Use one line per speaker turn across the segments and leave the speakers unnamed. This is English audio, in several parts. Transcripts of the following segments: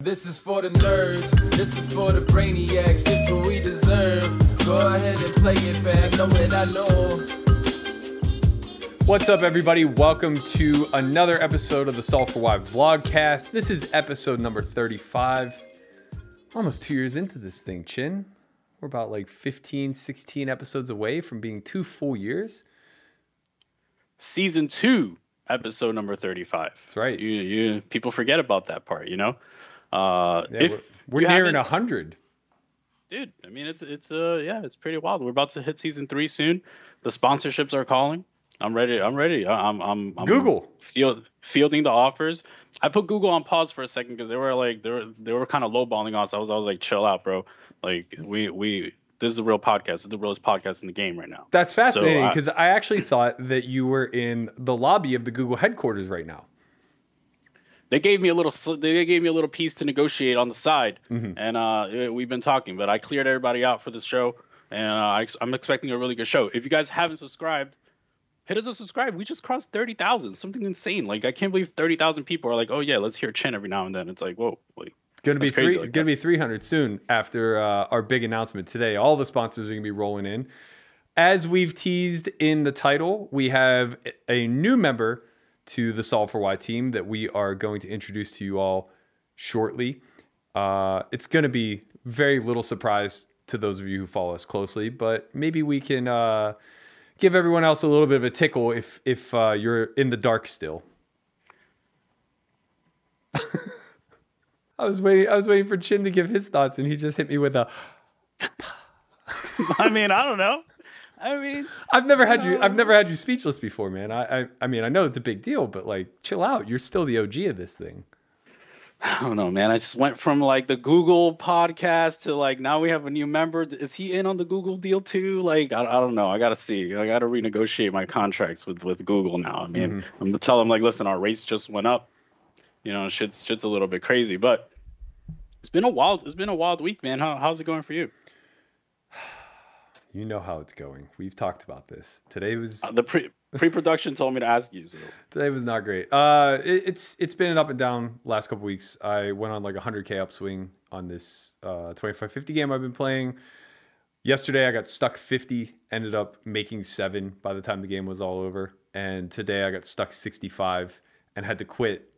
This is for the nerds, this is for the brainiacs, this what we deserve. Go ahead and play it back, know it, I know.
What's up, everybody? Welcome to another episode of the Solve for Why vlogcast. This is episode number 35. Almost two years into this thing, Chin. We're about like 15, 16 episodes away from being two full years.
season two, episode number thirty-five.
That's right.
You, you people forget about that part, you know. Uh,
Yeah,
if
we're we're
you
nearing
haven't-
100.
dude. I mean, it's it's uh yeah, it's pretty wild. We're about to hit season three soon. The sponsorships are calling. I'm ready. I'm ready. I- I'm I'm, I'm
Google.
field, fielding the offers. I put Google on pause for a second because they were like they were they were kind of lowballing us. I was I was like, chill out, bro. Like we we this is a real podcast. This is the realest podcast in the game right now.
That's fascinating
I-
because I actually thought that you were in the lobby of the Google headquarters right now.
they gave me a little sl- they gave me a little piece to negotiate on the side and uh eh, we've been talking but i cleared everybody out for this show and uh, I, ex- i'm expecting a really good show if you guys haven't subscribed hit us a subscribe we just crossed 30000 something insane like i can't believe 30000 people are like oh yeah let's hear chin every now and then it's like whoa like
Going to be
That's crazy
three,
like
going to be 300 soon after uh, our big announcement today. All the sponsors are going to be rolling in. As we've teased in the title, we have a new member to the Solve for Why team that we are going to introduce to you all shortly. Uh, it's going to be very little surprise to those of you who follow us closely, but maybe we can uh, give everyone else a little bit of a tickle if if uh, you're in the dark still. I was waiting. I was waiting for Chin to give his thoughts, and he just hit me with a.
i mean i don't know i mean
I've never had you. I've never had you speechless before, man. I, I, I mean, I know it's a big deal, but like, chill out. You're still the OG of this thing.
I don't know, man. I just went from like the Google podcast to like now we have a new member. Is he in on the Google deal too? Like I, I don't know. I gotta see. I gotta renegotiate my contracts with with Google now. I mean, I'm gonna tell them like, listen, our rates just went up. You know, shit's shit's a little bit crazy, but it's been a wild it's been a wild week, man. How, how's it going for you?
You know how it's going. We've talked about this. Today was
Uh, the pre pre production told me to ask you. So
today was not great. Uh, it, it's it's been an up and down last couple weeks. I went on like a hundred k upswing on this uh 2550 game I've been playing. Yesterday I got stuck 50, ended up making seven by the time the game was all over, and today I got stuck 65 and had to quit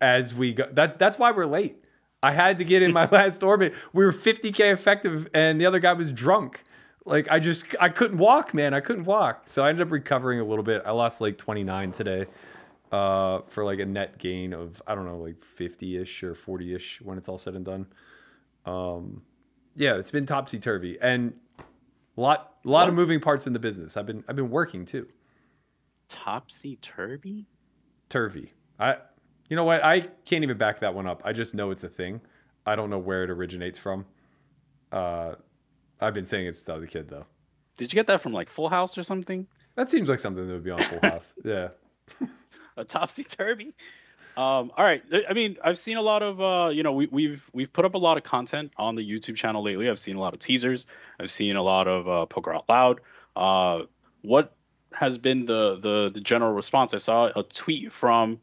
as we go. That's that's why we're late. I had to get in my last orbit. We were 50k effective, and the other guy was drunk. Like I just I couldn't walk, man. I couldn't walk, so I ended up recovering a little bit. I lost like 29 today, uh, for like a net gain of I don't know like 50 ish or 40 ish when it's all said and done. Um, yeah, it's been topsy turvy and lot lot of moving parts in the business. I've been I've been working too
topsy turvy.
turvy. I, you know what? I can't even back that one up. I just know it's a thing. I don't know where it originates from. Uh, I've been saying it since I was a kid, though.
Did you get that from like Full House or something?
That seems like something that would be on Full House. Yeah.
a topsy turvy. Um, all right. I- I mean, I've seen a lot of, uh, you know, we, we've we've put up a lot of content on the YouTube channel lately. I've seen a lot of teasers. I've seen a lot of uh, poker out loud. Uh, what has been the, the the general response? I saw a tweet from,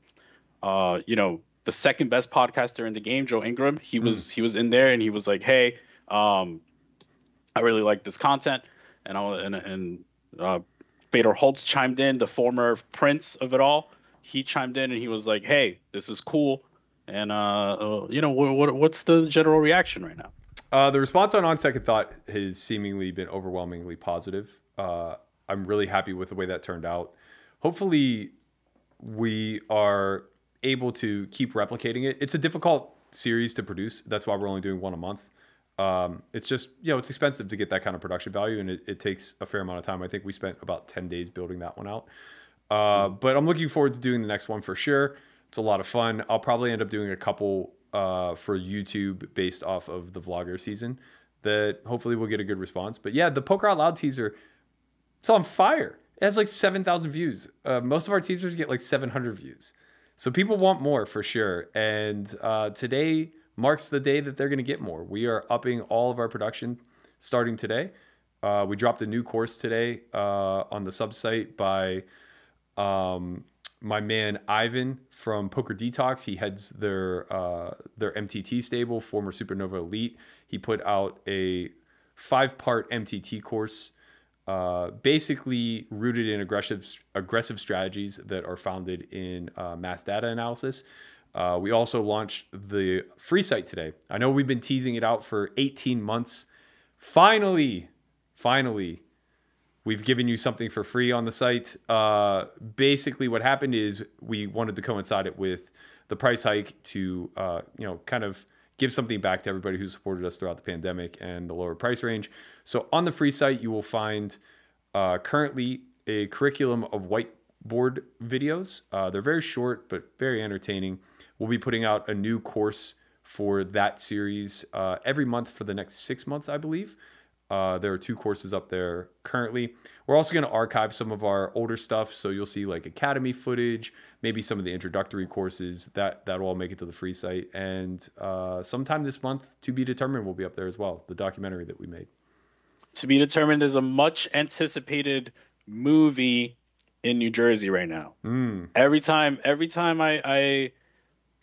uh, you know, the second best podcaster in the game, Joe Ingram. He was he was in there and he was like, hey, um, I really like this content, and I and and uh, Bader Holtz chimed in, the former prince of it all. He chimed in and he was like, "Hey, this is cool." And uh, uh, you know, what, what what's the general reaction right now?
Uh, the response on On Second Thought has seemingly been overwhelmingly positive. Uh, I'm really happy with the way that turned out. Hopefully, we are able to keep replicating it. It's a difficult series to produce. That's why we're only doing one a month. Um, it's just, you know, it's expensive to get that kind of production value, and it, it takes a fair amount of time. I think we spent about 10 days building that one out. Uh, but I'm looking forward to doing the next one for sure. It's a lot of fun. I'll probably end up doing a couple uh, for YouTube based off of the vlogger season that hopefully will get a good response. But yeah, the Poker Out Loud teaser, it's on fire. It has like 7,000 views. Uh, most of our teasers get like 700 views. So people want more for sure. And uh, today marks the day that they're going to get more. We are upping all of our production starting today. Uh, we dropped a new course today uh, on the sub site by um, my man Ivan from Poker Detox. He heads their uh, their MTT stable, former Supernova Elite. He put out a five part MTT course, uh, basically rooted in aggressive aggressive strategies that are founded in uh, mass data analysis. Uh, we also launched the free site today. I know we've been teasing it out for 18 months. Finally, finally, we've given you something for free on the site. Uh, basically, what happened is we wanted to coincide it with the price hike to, uh, you know, kind of give something back to everybody who supported us throughout the pandemic and the lower price range. So on the free site, you will find uh, currently a curriculum of whiteboard videos. Uh, they're very short but very entertaining. We'll be putting out a new course for that series uh, every month for the next six months, I believe. Uh, there are two courses up there currently. We're also going to archive some of our older stuff, so you'll see like academy footage, maybe some of the introductory courses. That that'll all make it to the free site, and uh, sometime this month, to be determined, will be up there as well. The documentary that we made.
To be determined, there's a much anticipated movie in New Jersey right now.
Mm,
Every time, every time I, I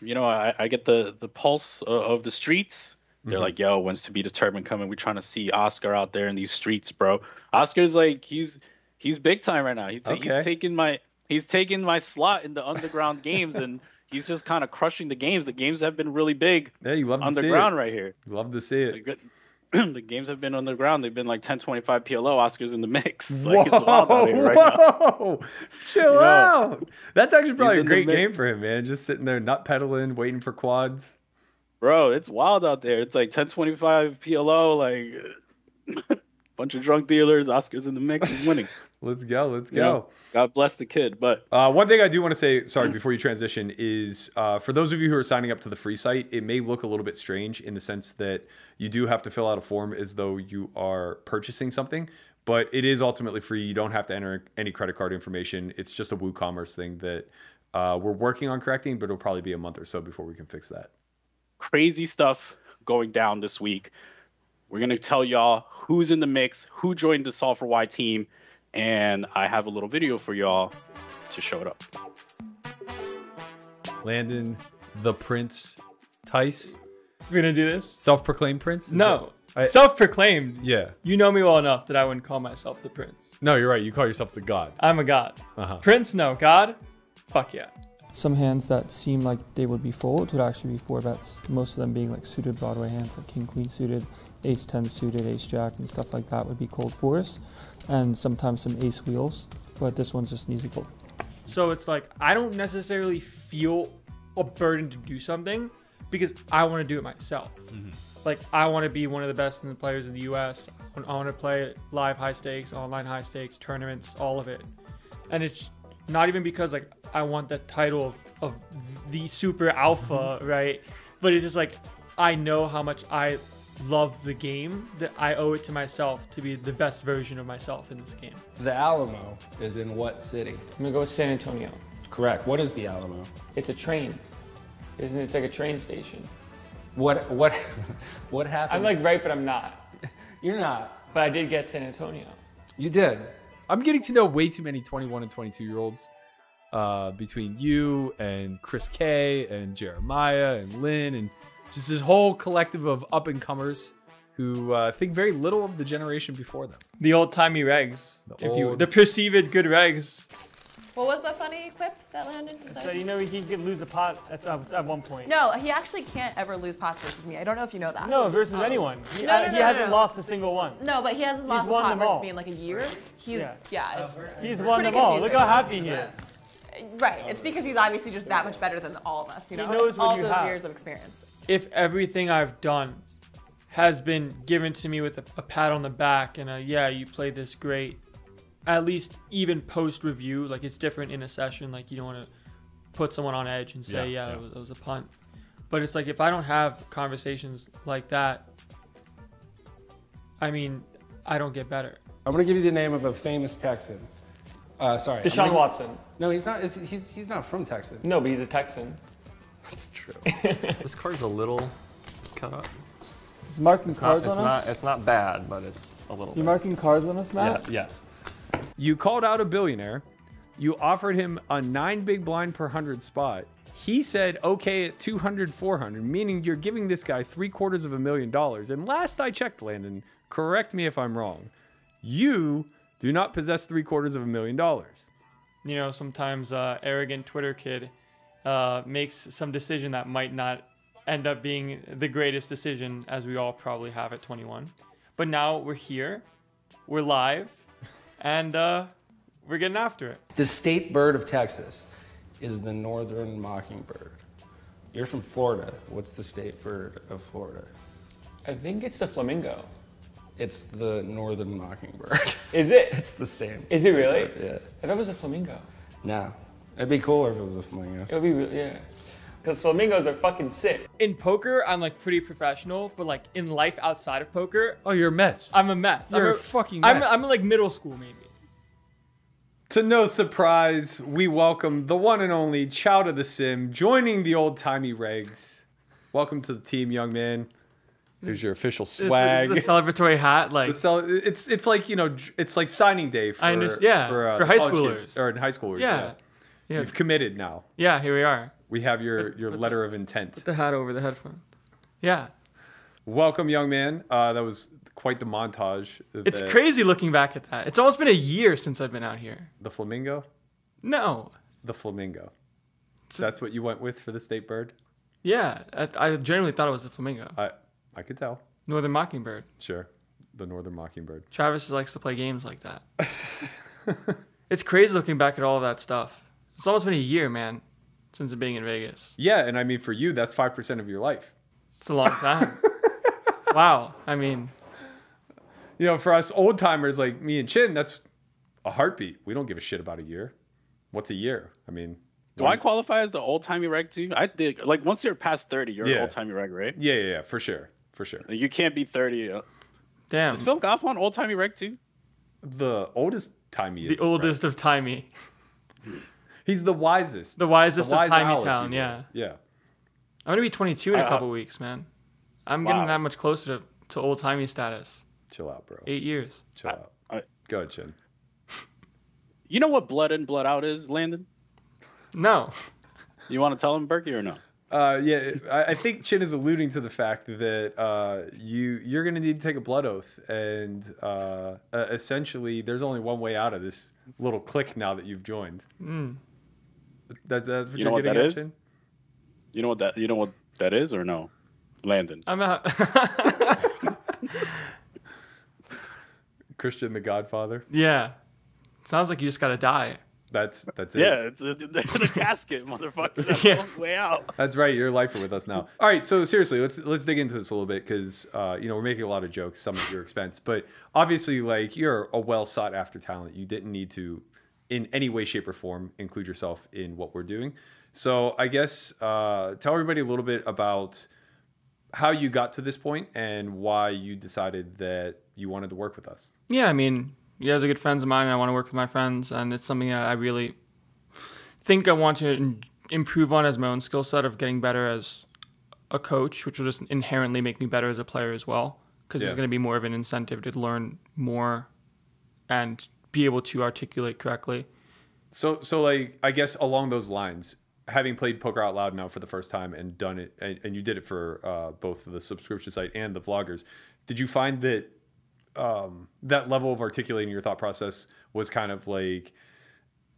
you know, I, I get the the pulse of, of the streets. They're
Mhm.
like, "Yo, when's to be determined coming? We're trying to see Oscar out there in these streets, bro." Oscar's like, he's he's big time right now. He's,
Okay.
he's taking my he's taking my slot in the underground games, and he's just kind of crushing the games. The games have been really big
yeah, you love to see
underground right here.
it. Love to see
The
it.
good- the games have been underground. They've been like 10, 25 PLO. Oscar's in the mix.
whoa!
Like, it's wild out here right now.
whoa! Chill
You know,
out. That's actually probably a
in the
great
mid-
game for him, man. Just sitting there, nut pedaling, waiting for quads.
bro it's wild out there it's like 1025 plo like bunch of drunk dealers oscar's in the mix he's winning
Let's go. Let's
You
go.
know, god bless the kid but
Uh, one thing I do want to say, sorry, before you transition, is uh, for those of you who are signing up to the free site, it may look a little bit strange in the sense that you do have to fill out a form as though you are purchasing something, but it is ultimately free. You don't have to enter any credit card information. It's just a WooCommerce thing that uh, we're working on correcting, but it'll probably be a month or so before we can fix that.
crazy stuff going down this week we're going to tell y'all who's in the mix who joined the solve for y team and i have a little video for y'all to show it up
Landon, the Prince, Tice,
We're gonna do this?
self-proclaimed Prince? Is
No.
I-
Self-proclaimed.
that- yeah.
You know me well enough that I wouldn't call myself the prince.
No, you're right. You call yourself the God.
I'm a god.
Uh-huh.
Prince, no god. Fuck yeah.
some hands that seem like they would be folds would actually be four bets. Most of them being like suited Broadway hands, like king queen suited, ace ten suited, ace jack, and stuff like that would be cold fours, and sometimes some ace wheels. But this one's just an easy fold.
So it's like I don't necessarily feel a burden to do something because I want to do it myself. Like I want to be one of the best in the players in the U.S. I want- I want to play live high stakes, online high stakes, tournaments, all of it. And it's not even because like I want that title of, of the super alpha,
Mm-hmm.
right? But it's just like I know how much I love the game that I owe it to myself to be the best version of myself in this game.
The Alamo is in what city?
I'm gonna go with San Antonio.
Correct. What is the Alamo?
It's a train, isn't it? It's like a train station.
What what what happened?
right, but I'm not.
you're not.
But I did get San Antonio.
You did.
I'm getting to know way too many 21 and 22 year olds uh, between you and Chris K and Jeremiah and Lynn and just this whole collective of up and comers who uh, think very little of the generation before them.
The old timey regs. The, if you,
old-
the perceived good regs.
What was the funny quip that Landon
So you
decided?
know he could lose the pot at, at, at one point.
No, he actually can't ever lose pots versus me. I don't know if you know that.
No, versus anyone. He,
Oh. No,
I-
no,
he
no, no,
hasn't
no.
lost a single one.
No, but he hasn't lost a
won
pot
them
versus
all.
me in like a year. He's yeah, it's,
He's
it's
won
pretty
them all. Look
confusing.
how happy he is.
Right, it's because he's obviously just that much better than all of us. You know, It's
knows what
all
you
those
have.
years of experience.
if everything I've done has been given to me with a, a pat on the back and a yeah, you played this great, at least even post review, like it's different in a session, like you don't want to put someone on edge and say yeah, It, was, it was a punt, but it's like if I don't have conversations like that, I mean, I don't get better.
I'm gonna give you the name of a famous Texan. Uh, sorry. I'm
Deshaun
gonna-
Watson.
No, he's not. He's, he's he's not from Texas.
No, but he's a Texan.
That's true.
This card's a little cut up.
He's marking
It's not,
cards
it's
on
not,
us.
it's not bad, but it's a little
You're
bit.
marking cards on us, Matt.
Yeah, yes.
You called out a billionaire You offered him a nine big blind per hundred spot. He said okay at 200, 400, meaning you're giving this guy three quarters of a million dollars. And last I checked, Landon, correct me if I'm wrong, you do not possess three quarters of a million dollars.
you know, sometimes uh, arrogant Twitter kid uh, makes some decision that might not end up being the greatest decision, as we all probably have at 21. But now we're here, we're live, and uh, we're getting after it.
The state bird of Texas is the northern mockingbird. You're from Florida. What's the state bird of Florida? I think it's the flamingo. It's the northern mockingbird.
Is it?
It's the same.
Is it really?
Yeah.
If it was a flamingo,
No. It'd be cooler if it was a flamingo.
it would be really, yeah. Because flamingos are fucking sick.
In poker, I'm like pretty professional, but like in life outside of poker,
Oh, you're a mess.
I'm a mess.
You're
I'm
a fucking
I'm,
mess.
I'm like middle school maybe.
To no surprise, we welcome the one and only Chow to the Sim joining the old timey regs. Welcome to the team, young man. Here's your official swag.
This is the celebratory hat, like
So it's it's like you know j- it's like signing day for uh,
I underst- yeah, for high
college kids,
schoolers.
or in high schoolers yeah.
yeah, Yeah.
you've committed now
yeah. Here we are.
we have your your letter of intent
The hat over the headphone. Yeah,
welcome young man uh, that was quite the montage
it's
The-
crazy looking back at that. It's almost been a year since I've been out here.
the flamingo
No,
the flamingo that's what you went with for the state bird
yeah, I, I generally thought it was a flamingo,
I I could tell
northern mockingbird.
sure the northern mockingbird
Travis likes to play games like that. it's crazy looking back at all that stuff. It's almost been a year, man, since being in Vegas.
yeah and I mean for you that's five percent of your life
It's a long time. wow. I mean,
you know for us old timers like me and Chin that's a heartbeat we don't give a shit about a year what's a year I mean
Do I qualify as the old timey reg too? I think like once you're past thirty, you're
Yeah.
an old timey reg, right?
yeah yeah, yeah for sure for sure
Like, You can't be thirty. uh,
damn.
Is Phil Goff on old timey reg too?
the oldest timey
The oldest of timey,
he's the wisest
the wisest
wise
of timey
owl, if
town.
you will.
Yeah,
yeah
I'm gonna be 22 in a
Uh,
couple weeks, man. I'm getting
wow.
that much closer to, to old timey status.
chill out bro
Eight years.
chill out
I-
go ahead chin
You know what blood in blood out is, Landon?
No.
You want to tell him Berkey or no?
uh, yeah, I, I think Chin is alluding to the fact that uh, you you're going to need to take a blood oath, and uh, uh, essentially, there's only one way out of this little clique now that you've joined. That, that's what
You
you are
know what
getting
that
at,
is?
Chin?
You know what that you know what that is or no? Landon.
I'm out.
Christian the Godfather.
yeah. Sounds like you just gotta die.
That's that's it.
Yeah, it's, it's, it's a casket, motherfucker. That's
Yeah.
the only way out.
That's right. You're a lifer with us now. All right. So seriously, let's let's dig into this a little bit because uh, you know we're making a lot of jokes, some at your expense, but obviously, like you're a well sought after talent. You didn't need to, in any way, shape, or form, include yourself in what we're doing. So I guess uh, tell everybody a little bit about how you got to this point and why you decided that you wanted to work with us.
Yeah, I mean, you guys are good friends of mine. And I want to work with my friends, and it's something that I really think I want to in- improve on as my own skill set of getting better as a coach, which will just inherently make me better as a player as well, because
Yeah.
there's going to be more of an incentive to learn more and be able to articulate correctly.
So, so like, I guess along those lines, having played Poker Out Loud now for the first time and done it, and, and you did it for uh, both the subscription site and the vloggers, did you find that um, that level of articulating your thought process was kind of like,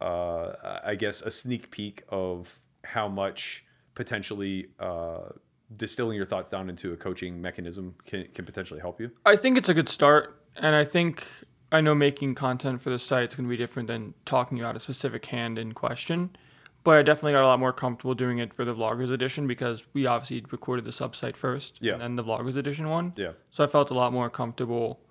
uh, I guess, a sneak peek of how much potentially uh, distilling your thoughts down into a coaching mechanism can, can potentially help you?
I think it's a good start, and I think I know making content for the site's going to be different than talking about a specific hand in question. But I definitely got a lot more comfortable doing it for the vloggers edition because we obviously recorded the subsite first,
Yeah.
and then the vloggers edition one.
Yeah.
So I felt a lot more comfortable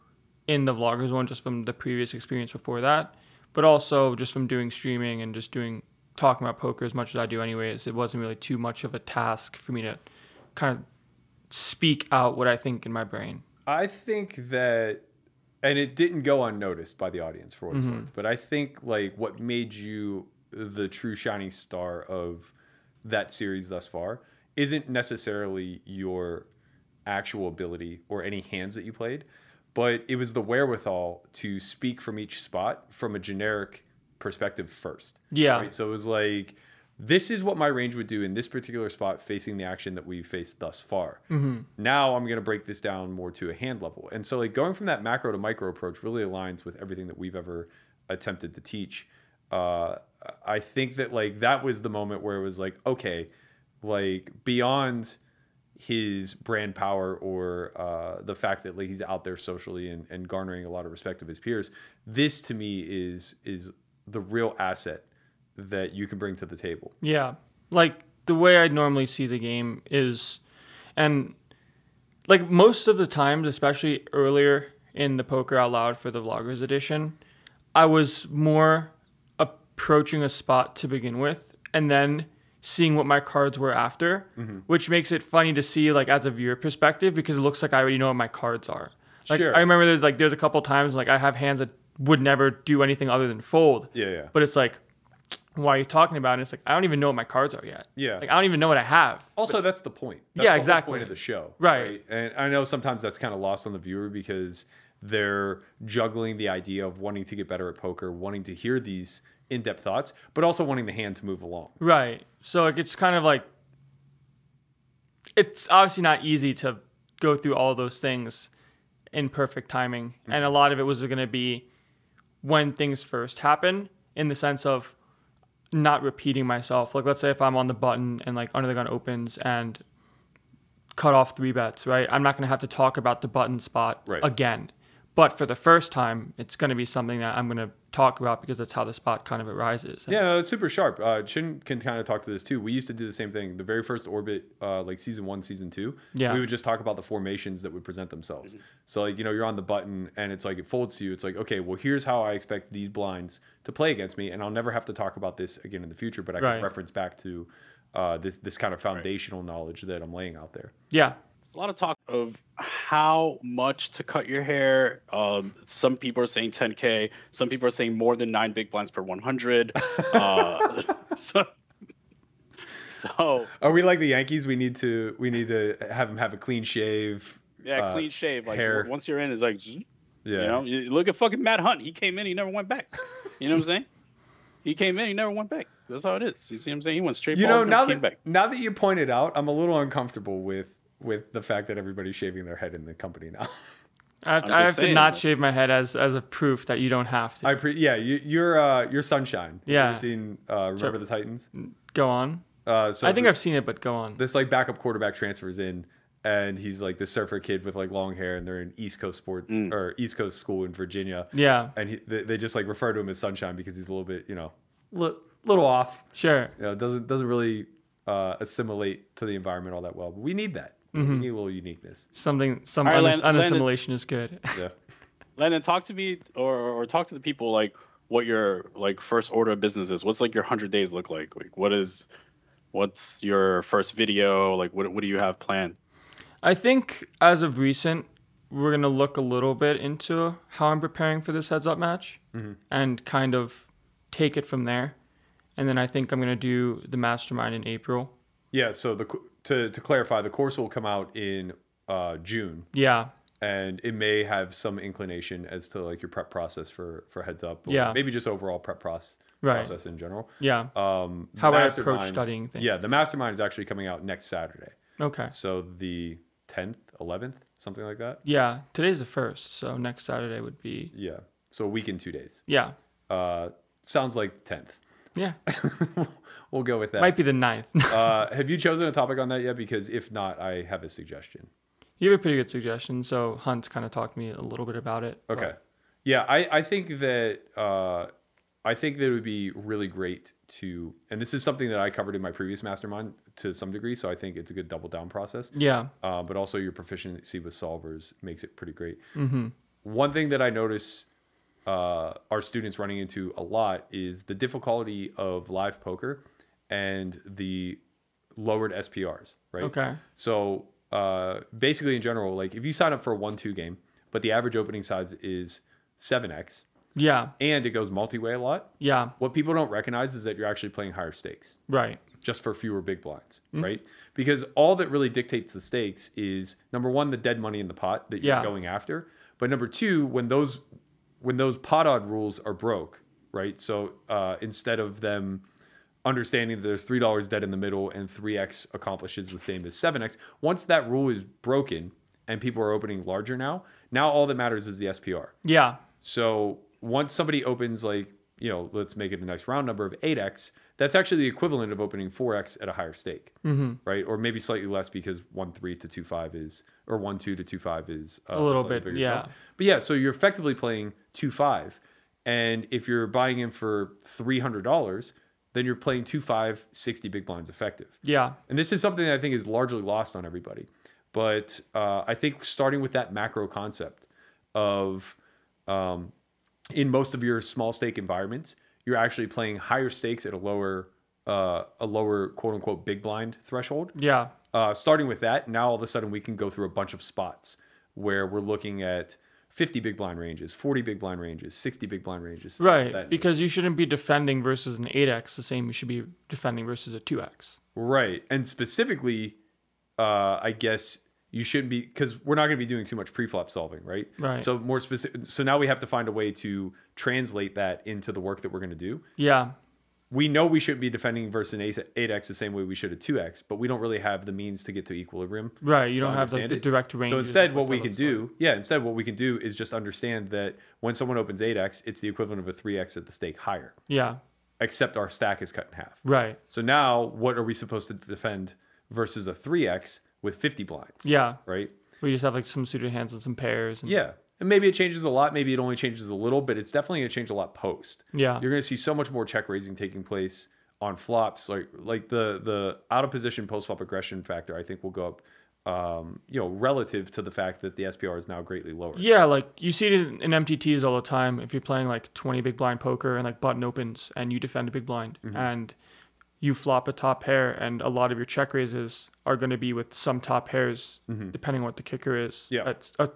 in the vloggers one just from the previous experience before that, but also just from doing streaming and just doing talking about poker as much as I do anyways. It wasn't really too much of a task for me to kind of speak out what I think in my brain.
I think that, and it didn't go unnoticed by the audience for what it's worth, but I think like what made you the true shining star of that series thus far isn't necessarily your actual ability or any hands that you played, but it was the wherewithal to speak from each spot from a generic perspective first.
Yeah.
Right? So it was like, this is what my range would do in this particular spot facing the action that we've faced thus far.
Mhm.
Now I'm going to break this down more to a hand level. And so, like, going from that macro to micro approach really aligns with everything that we've ever attempted to teach. Uh, I think that, like, that was the moment where it was like, okay, like, beyond his brand power or uh, the fact that like he's out there socially and, and garnering a lot of respect of his peers. This to me is is the real asset that you can bring to the table.
Yeah. Like the way I normally see the game is and like most of the times, especially earlier in the Poker Out Loud for the Vloggers edition, I was more approaching a spot to begin with and then seeing what my cards were after,
Mhm.
which makes it funny to see like as a viewer perspective because it looks like I already know what my cards are. Like
Sure.
I remember there's like there's a couple times like I have hands that would never do anything other than fold.
Yeah, yeah.
But it's like why are you talking about it? It's like I don't even know what my cards are yet.
Yeah.
Like I don't even know what I have.
Also, that's the point. That's the
Yeah,
whole
exactly.
point of the show,
Right.
And I know sometimes that's kind of lost on the viewer because they're juggling the idea of wanting to get better at poker, wanting to hear these in-depth thoughts, but also wanting the hand to move along.
Right. So like it's kind of like it's obviously not easy to go through all those things in perfect timing.
Mm-hmm.
And a lot of it was going to be when things first happen in the sense of not repeating myself. Like let's say if I'm on the button and like under the gun opens and cut off three bets, right? I'm not going to have to talk about the button spot
Right.
again. But for the first time, it's going to be something that I'm going to talk about because that's how the spot kind of arises.
Yeah, no, it's super sharp. Uh, Chin can kind of talk to this too. We used to do the same thing. The very first orbit, uh, like season one, season two,
Yeah.
we would just talk about the formations that would present themselves. So, like, you know, you're on the button and it's like it folds to you. It's like, okay, well, here's how I expect these blinds to play against me. And I'll never have to talk about this again in the future, but I
Right.
can reference back to uh, this, this kind of foundational knowledge that I'm laying out there.
Yeah.
There's a lot of talk of how much to cut your hair. Um, some people are saying 10K. Some people are saying more than nine big blinds per 100. Uh, so, so,
Are we like the Yankees? We need to we need to have them have a clean shave.
yeah,
uh,
clean shave. Like,
hair.
once you're in, it's like, zzz,
Yeah.
you know, you look at fucking Matt Hunt. He came in, he never went back. You know what I'm saying? He came in, he never went back. That's how it is. You see what I'm saying? He went straight
you
ball,
know
never
now
came
that
back.
now that you point it out i'm a little uncomfortable with with the fact that everybody's shaving their head in the company now
I have,
I'm
to, I
just
have to
saying,
not
like-
shave my head as as a proof that you don't have to.
i pre yeah you, you're uh you're sunshine Have you
Yeah.
ever seen uh remember
Sure.
the titans
go on.
uh so
I think
the-
I've seen it, but go on.
this like backup quarterback transfers in and he's like this surfer kid with like long hair and they're in east coast sport or east coast school in virginia
Mm. Yeah.
and he, they, they just like refer to him as sunshine because he's a little bit you know li- little off
Sure.
you know doesn't doesn't really uh assimilate to the environment all that well but we need that we
Mhm.
need a little uniqueness
Something some
All right,
unas-
Landon-
unassimilation is good.
yeah
Lennon, talk to me or, or talk to the people like what your like first order of business is. What's like your hundred days look like? Like what is what's your first video? Like what what do you have planned?
I think as of recent, we're gonna look a little bit into how I'm preparing for this heads up match
Mhm.
and kind of take it from there. And then I think I'm gonna do the mastermind in April.
Yeah. So the to to clarify, the course will come out in uh, June,
Yeah.
and it may have some inclination as to like your prep process for for heads up. or
Yeah.
Maybe just overall prep process
Right.
process in general.
Yeah.
Um, the
How I approach
mastermind-
studying things.
Yeah. The mastermind is actually coming out next Saturday.
Okay.
So the tenth, eleventh, something like that.
Yeah. Today's the first, so next Saturday would be
Yeah. So a week and two days.
Yeah.
Uh, sounds like tenth.
Yeah.
We'll go with that.
Might be the ninth.
uh, have you chosen a topic on that yet? Because if not, I have a suggestion.
You have a pretty good suggestion. So Hunt's kind of talked me a little bit about it. but-
Okay. Yeah, I, I think that uh, I think that it would be really great to, and this is something that I covered in my previous mastermind to some degree. So I think it's a good double down process.
Yeah.
Uh, but also your proficiency with solvers makes it pretty great.
Mhm.
One thing that I notice uh, our students running into a lot is the difficulty of live poker and the lowered SPRs, right?
Okay.
So uh, basically, in general, like if you sign up for a one-two game, but the average opening size is seven x,
Yeah.
and it goes multi-way a lot.
Yeah.
What people don't recognize is that you're actually playing higher stakes
Right.
just for fewer big blinds,
Mhm.
right? Because all that really dictates the stakes is number one, the dead money in the pot that you're
Yeah.
going after, but number two, when those when those pot odd rules are broke, right? So uh, instead of them understanding that there's three dollars dead in the middle and three x accomplishes the same as seven x, once that rule is broken and people are opening larger now, now all that matters is the SPR.
Yeah.
So once somebody opens like you know, let's make it a nice round number of eight x, that's actually the equivalent of opening four x at a higher stake
Mhm.
right? Or maybe slightly less because one three to two five is, or one two to two five is uh,
A little
slightly
bit,
bigger
yeah.
chunk. But yeah, so you're effectively playing two five, and if you're buying in for three hundred dollars, then you're playing two five sixty big blinds effective.
Yeah.
And this is something that I think is largely lost on everybody. But uh, I think starting with that macro concept of um, in most of your small stake environments, you're actually playing higher stakes at a lower uh, a lower quote unquote big blind threshold.
Yeah.
Uh, starting with that, now all of a sudden we can go through a bunch of spots where we're looking at 50 big blind ranges, 40 big blind ranges, 60 big blind ranges. stuff like
Right.
that.
because you shouldn't be defending versus an 8x the same you should be defending versus a 2x.
Right. And specifically, uh, I guess you shouldn't be because we're not going to be doing too much pre-flop solving, right?
Right.
So more specific. So now we have to find a way to translate that into the work that we're going to do.
Yeah.
We know we shouldn't be defending versus an ace- 8x the same way we should a 2x, but we don't really have the means to get to equilibrium.
Right, you
to
don't have, like,
understand
the
it.
direct ranges
So
of
instead,
what
what we
that
can
looks
do, yeah, instead, what we can do is just understand that when someone opens 8x, it's the equivalent of a 3x at the stake higher,
Yeah.
except our stack is cut in half.
Right.
So now, what are we supposed to defend versus a 3x with 50 blinds?
Yeah.
Right?
We just have like some suited hands and some pairs. And,
Yeah. And maybe it changes a lot. Maybe it only changes a little, but it's definitely going to change a lot post.
Yeah.
You're going to see so much more check raising taking place on flops. Like like the the out of position post flop aggression factor, I think will go up. Um, you know, relative to the fact that the SPR is now greatly lower.
Yeah, like you see it in, in MTTs all the time. If you're playing like 20 big blind poker and like button opens and you defend a big blind
Mm-hmm.
Mhm.
and you flop a top pair, and a lot of your check raises are going to be with some top pairs,
Mm-hmm.
Mhm.
depending on what the kicker is.
Yeah.
It's a,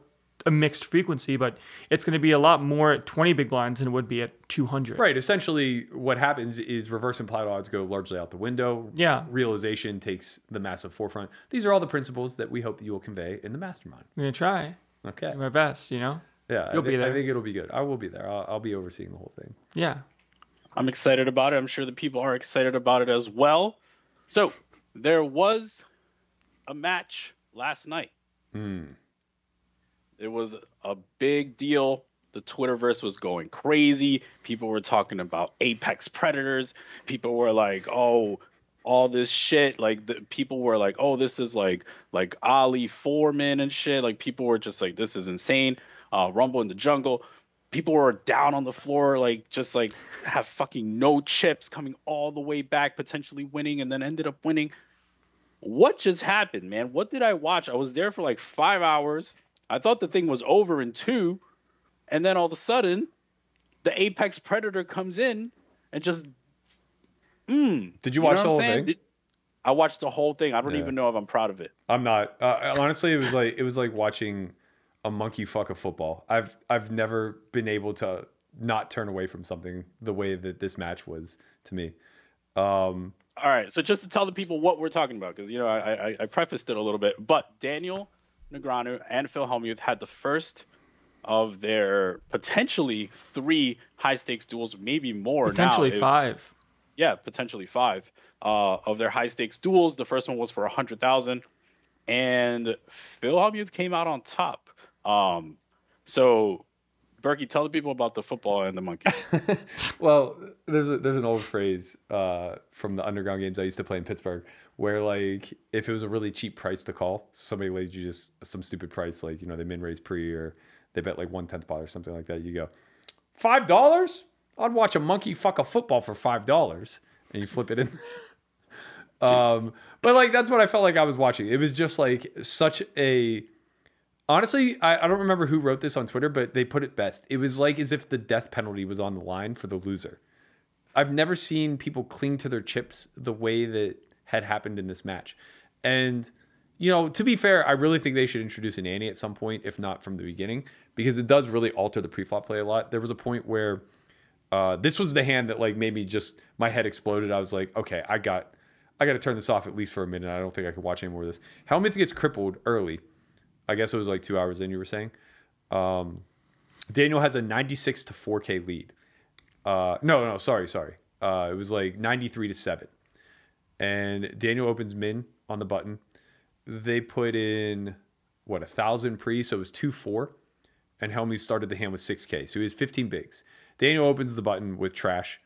a mixed frequency, but it's going to be a lot more at 20 big blinds than it would be at 200.
Right. Essentially, what happens is reverse implied odds go largely out the window.
Yeah.
Realization takes the massive forefront. These are all the principles that we hope you will convey in the mastermind.
I'm going to try
Okay.
my best, you know?
Yeah.
You'll
I
be
thi-
there.
I think it'll be good. I will be there. I'll, I'll be overseeing the whole thing.
Yeah.
I'm excited about it. I'm sure the people are excited about it as well. So there was a match last night.
Hmm.
It was a big deal. The Twitterverse was going crazy. People were talking about apex predators. People were like, "Oh, all this shit." Like the people were like, "Oh, this is like like Ali Foreman and shit." Like people were just like, "This is insane." Uh, Rumble in the Jungle. People were down on the floor, like just like have fucking no chips, coming all the way back, potentially winning, and then ended up winning what just happened, man? What did I watch? I was there for like five hours. I thought the thing was over in two, and then all of a sudden, the apex predator comes in and just. Mm,
Did you watch
know
the
what I'm
whole
saying?
thing?
Did- I watched the whole thing. I don't
Yeah.
even know if I'm proud of it.
I'm not. Uh, honestly, it was like it was like watching a monkey fuck a football. I've I've never been able to not turn away from something the way that this match was to me. Um,
All right, so just to tell the people what we're talking about, because you know I, I I prefaced it a little bit, but Daniel Negreanu and Phil Hellmuth had the first of their potentially three high stakes duels, maybe more
Potentially
now, if-
five.
yeah, potentially five uh, of their high stakes duels. The first one was for a hundred thousand, and Phil Hellmuth came out on top. Um, so, Berkey, tell the people about the football and the monkey.
well, there's a, there's an old phrase uh, from the underground games I used to play in Pittsburgh where like if it was a really cheap price to call, somebody lays you just some stupid price like you know they min raise pre or they bet like one tenth pot or something like that. You go five dollars? I'd watch a monkey fuck a football for five dollars, and you flip it in. um, but like that's what I felt like I was watching. It was just like such a honestly, I, I don't remember who wrote this on Twitter, but they put it best. It was like as if the death penalty was on the line for the loser. I've never seen people cling to their chips the way that had happened in this match. And, you know, to be fair, I really think they should introduce an Annie at some point, if not from the beginning, because it does really alter the preflop play a lot. There was a point where uh, this was the hand that like made me just my head exploded. I was like, okay, I got I gotta turn this off at least for a minute. I don't think I can watch any more of this. Helmuth gets crippled early. I guess it was like two hours in, you were saying. Um, Daniel has a 96 to 4K lead. Uh, no, no, sorry, sorry. Uh, it was like 93 to 7. And Daniel opens min on the button. They put in, what, a thousand pre, so it was 2 4. And Helmy started the hand with 6K, so he has 15 bigs. Daniel opens the button with trash.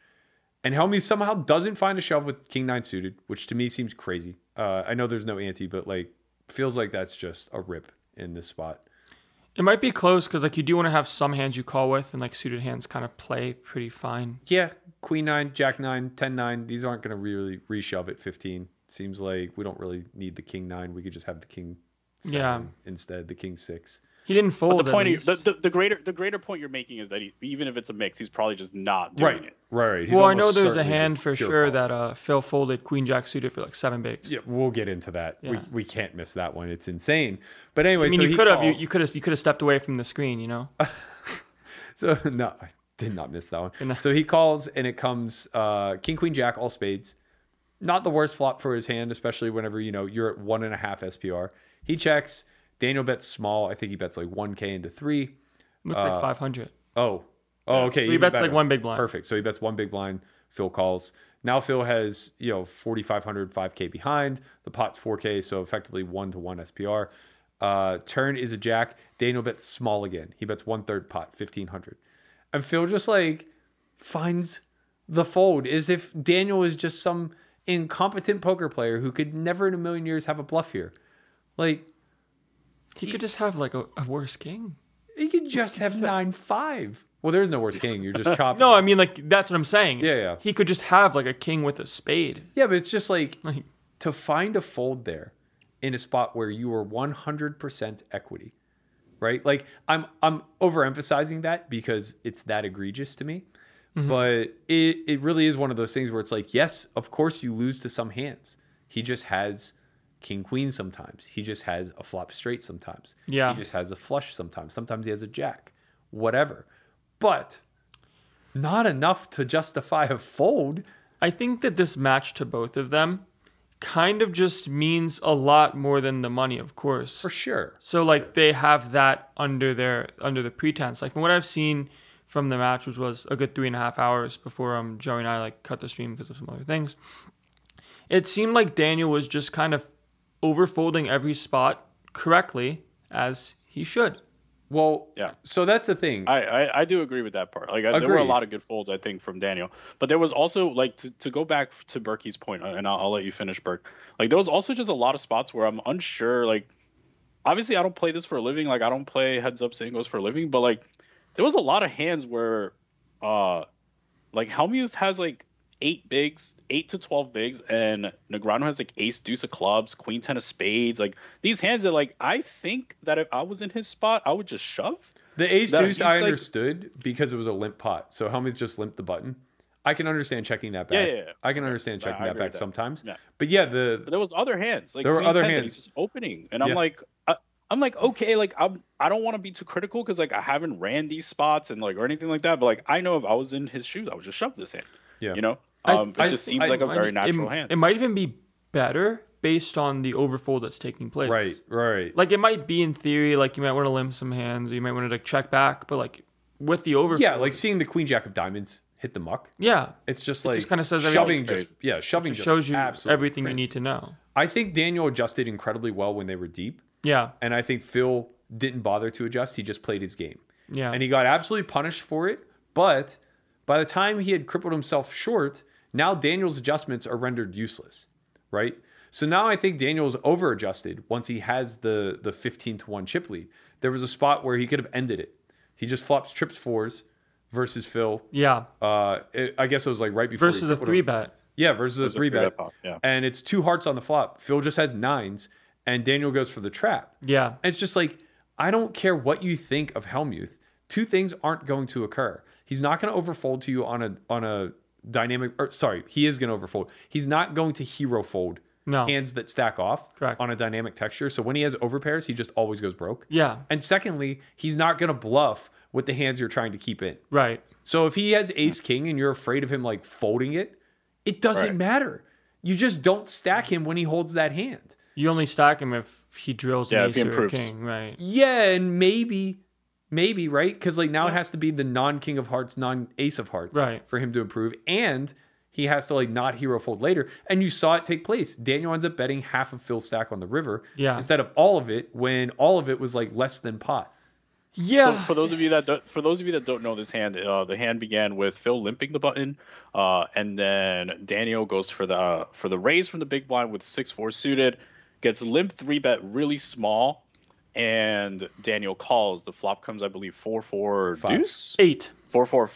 And Helmy somehow doesn't find a shove with King Nine suited, which to me seems crazy. Uh, I know there's no ante, but like feels like that's just a rip in this spot.
It might be close because like you do want to have some hands you call with, and like suited hands kind of play pretty fine.
Yeah, Queen Nine, Jack Nine, Ten Nine. These aren't going to really reshove at fifteen. Seems like we don't really need the King Nine. We could just have the King. Seven
Yeah.
Instead, the King Six.
He didn't fold.
But the
at
point,
least.
the, the, the greater the greater point you're making is that he, even if it's a mix, he's probably just not doing
Right.
it.
Right. right. He's
well, I know
almost
there's a
certainly
hand
just
for
pure
sure
call.
that uh Phil folded Queen Jack suited for like seven bigs.
Yeah, we'll get into that. We,
Yeah.
we can't miss that one. It's insane. But anyway,
I mean,
so
you
he
could have you,
calls.
you could have you could have stepped away from the screen, you know.
So no, I did not miss that one. So he calls and it comes uh, King Queen Jack all spades. Not the worst flop for his hand, especially whenever you know you're at one and a half SPR. He checks. Daniel bets small. I think he bets like one K into three.
Looks
Uh,
like 500.
Oh, oh, okay.
So he
even
bets, like,
better.
one big blind.
Perfect. So he bets one big blind. Phil calls. Now Phil has you know 4,500, 5K behind. The pot's 4K, so effectively one to one SPR. Uh, turn is a jack. Daniel bets small again. He bets one third pot, 1,500, and Phil just like finds the fold as if Daniel is just some incompetent poker player who could never in a million years have a bluff here. Like
He could just have like a, a worse king.
he could just have nine five. Well, there is no worse king. You're just chopping.
No, I mean like that's what I'm saying.
Yeah, yeah.
He could just have like a king with a spade.
Yeah, but it's just like
Like
to find a fold there in a spot where you are 100% equity right like i'm i'm overemphasizing that because it's that egregious to me but it it really is one of those things where it's like yes of course you lose to some hands he just has king queen sometimes he just has a flop straight sometimes
Yeah.
he just has a flush sometimes sometimes he has a jack whatever but not enough to justify a fold
I think that this match to both of them kind of just means a lot more than the money, of course.
for sure
So like they have that under their under the pretense. Like from what I've seen from the match, which was a good three and a half hours before um Joey and I like cut the stream because of some other things. It seemed like Daniel was just kind of overfolding every spot correctly as he should.
well
Yeah.
so that's the thing
I, I, I do agree with that part. Like I, there were a
Agreed.
lot of good folds I think from Daniel, but there was also like to, to go back to Berkey's point, and I'll, I'll let you finish Burke. Like there was also just a lot of spots where I'm unsure. Like obviously I don't play this for a living. Like I don't play heads up singles for a living, but like there was a lot of hands where, uh, like Helmuth has like eight bigs, eight to twelve bigs, and Negrano has like ace deuce of clubs, queen ten of spades. Like these hands that like I think that if I was in his spot, I would just shove.
The ace
That-
deuce
he's
I
like-
understood because it was a limp pot. So Helmuth just limped the button. I can understand checking that back.
Yeah, yeah, yeah.
I can understand
I
checking that
agree
back
with that.
sometimes.
Yeah.
But yeah, the
But there was other hands. Like
There were
Queen
other
10 that
hands.
He's just opening, and I'm
Yeah.
like, I, I'm like, okay, like I'm, I don't want to be too critical because like I haven't ran these spots and like or anything like that. But like I know if I was in his shoes, I would just shove this hand.
Yeah.
You know,
I-
um,
I-
it just
I-
seems like a very
It-
natural
it,
hand.
It might even be better based on the overfold that's taking place.
right, right.
Like it might be in theory, like you might want to limp some hands, or you might want to like check back, but like with the overfold,
yeah, like seeing the queen jack of diamonds hit the muck.
yeah,
It's just
It
like
just kinda says everything.
shoving just yeah, shoving
it
just
shows you
absolutely
everything you need
crazy.
to know.
I think Daniel adjusted incredibly well when they were deep,
Yeah,
and I think Phil didn't bother to adjust. He just played his game.
yeah.
and he got absolutely punished for it. But by the time he had crippled himself short, now Daniel's adjustments are rendered useless, right? So now I think Daniel's over adjusted once he has the the 15 to 1 chip lead. There was a spot where he could have ended it. He just flops trips fours versus Phil.
yeah,
Uh, it- I guess it was like right before he
versus a
crippled
three
him.
bet.
Yeah, versus a three bet.
pop, yeah.
And it's two hearts on the flop. Phil just has nines, and Daniel goes for the trap.
Yeah,
It's just like, I don't care what you think of Helmuth. Two things aren't going to occur. He's not going to overfold to you on a on a dynamic. Or sorry, he is going to overfold. He's not going to hero fold
No.
hands that stack off
Correct.
on a dynamic texture. So when he has overpairs, he just always goes broke.
yeah,
And secondly, he's not going to bluff with the hands you're trying to keep in.
right.
So if he has ace king and you're afraid of him like folding it, it doesn't
Right.
matter. You just don't stack him when he holds that hand.
You only stack him if he drills
Yeah,
an
if he
ace or a
improves.
king, right?
Yeah, and maybe Maybe right because like now it has to be the non King of Hearts, non Ace of Hearts,
Right.
for him to improve, and he has to like not hero fold later. And you saw it take place. Daniel ends up betting half of Phil's stack on the river,
Yeah.
instead of all of it when all of it was like less than pot.
So for those of you that don't, for those of you that don't know this hand, uh, the hand began with Phil limping the button, uh, and then Daniel goes for the uh, for the raise from the big blind with six four suited, gets limp three bet really small, and Daniel calls. The flop comes, I believe, four four
Five.
deuce,
Eight.
four four.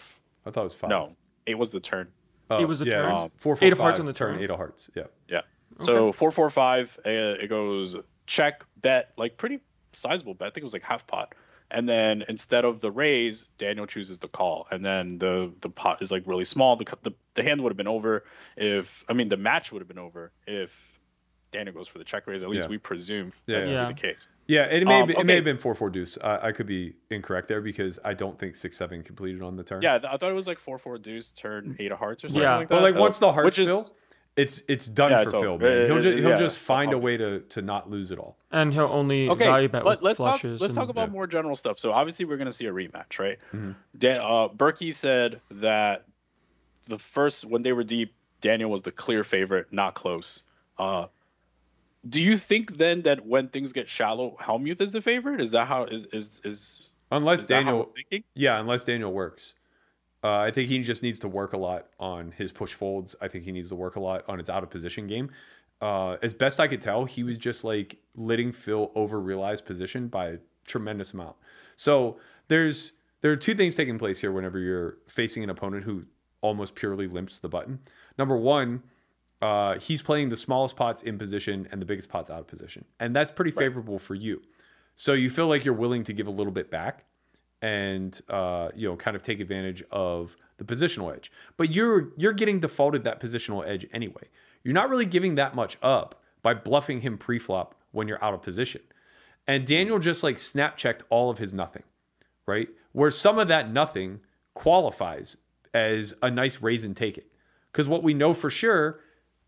I thought it was five.
No, it was the turn.
Oh,
It was a
yeah,
turn.
it was four, four,
Eight of hearts
five,
on the turn.
Eight of hearts. Yeah.
Yeah. So four four five. Uh, it goes check bet, like pretty sizable bet. I think it was like half pot. And then instead of the raise, Daniel chooses the call, and then the the pot is like really small. The cu- the, the hand would have been over if I mean the match would have been over if Daniel goes for the check raise. At least
Yeah.
we presume
Yeah,
that to
yeah.
be the case.
Yeah, it may have
Um,
been, it may
okay.
have been four four deuce. I, I could be incorrect there because I don't think six seven completed on the turn.
Yeah, th- I thought it was like four four deuce, turn eight of hearts or something
Yeah.
like that.
but like
Uh,
once the hearts
which is-
fill, it's it's done
Yeah,
for
it's over.
Phil. Man. He'll
Uh,
just he'll
yeah.
just find a way to to not lose it all.
And he'll only
okay,
value bet
let,
with
let's talk.
flushes.
Let's talk
and- Mm-hmm.
about more general stuff. So obviously we're gonna see a rematch, right? Dan, uh, Berkey said that the first when they were deep, Daniel was the clear favorite, not close. Uh, do you think then that when things get shallow, Helmuth is the favorite? Is that how is is is?
Unless
is that how
Daniel,
I'm thinking?
yeah, unless Daniel works. Uh, I think he just needs to work a lot on his push folds. I think he needs to work a lot on his out of position game. Uh, as best I could tell, he was just like letting Phil over realize position by a tremendous amount. So there's there are two things taking place here whenever you're facing an opponent who almost purely limps the button. Number one, uh, he's playing the smallest pots in position and the biggest pots out of position, and that's pretty favorable for you. So you feel like you're willing to give a little bit back and uh, you know kind of take advantage of the positional edge. But you're you're getting defaulted that positional edge anyway. You're not really giving that much up by bluffing him pre-flop when you're out of position. And Daniel just like snap checked all of his nothing, right? Where some of that nothing qualifies as a nice raise and take it. Because what we know for sure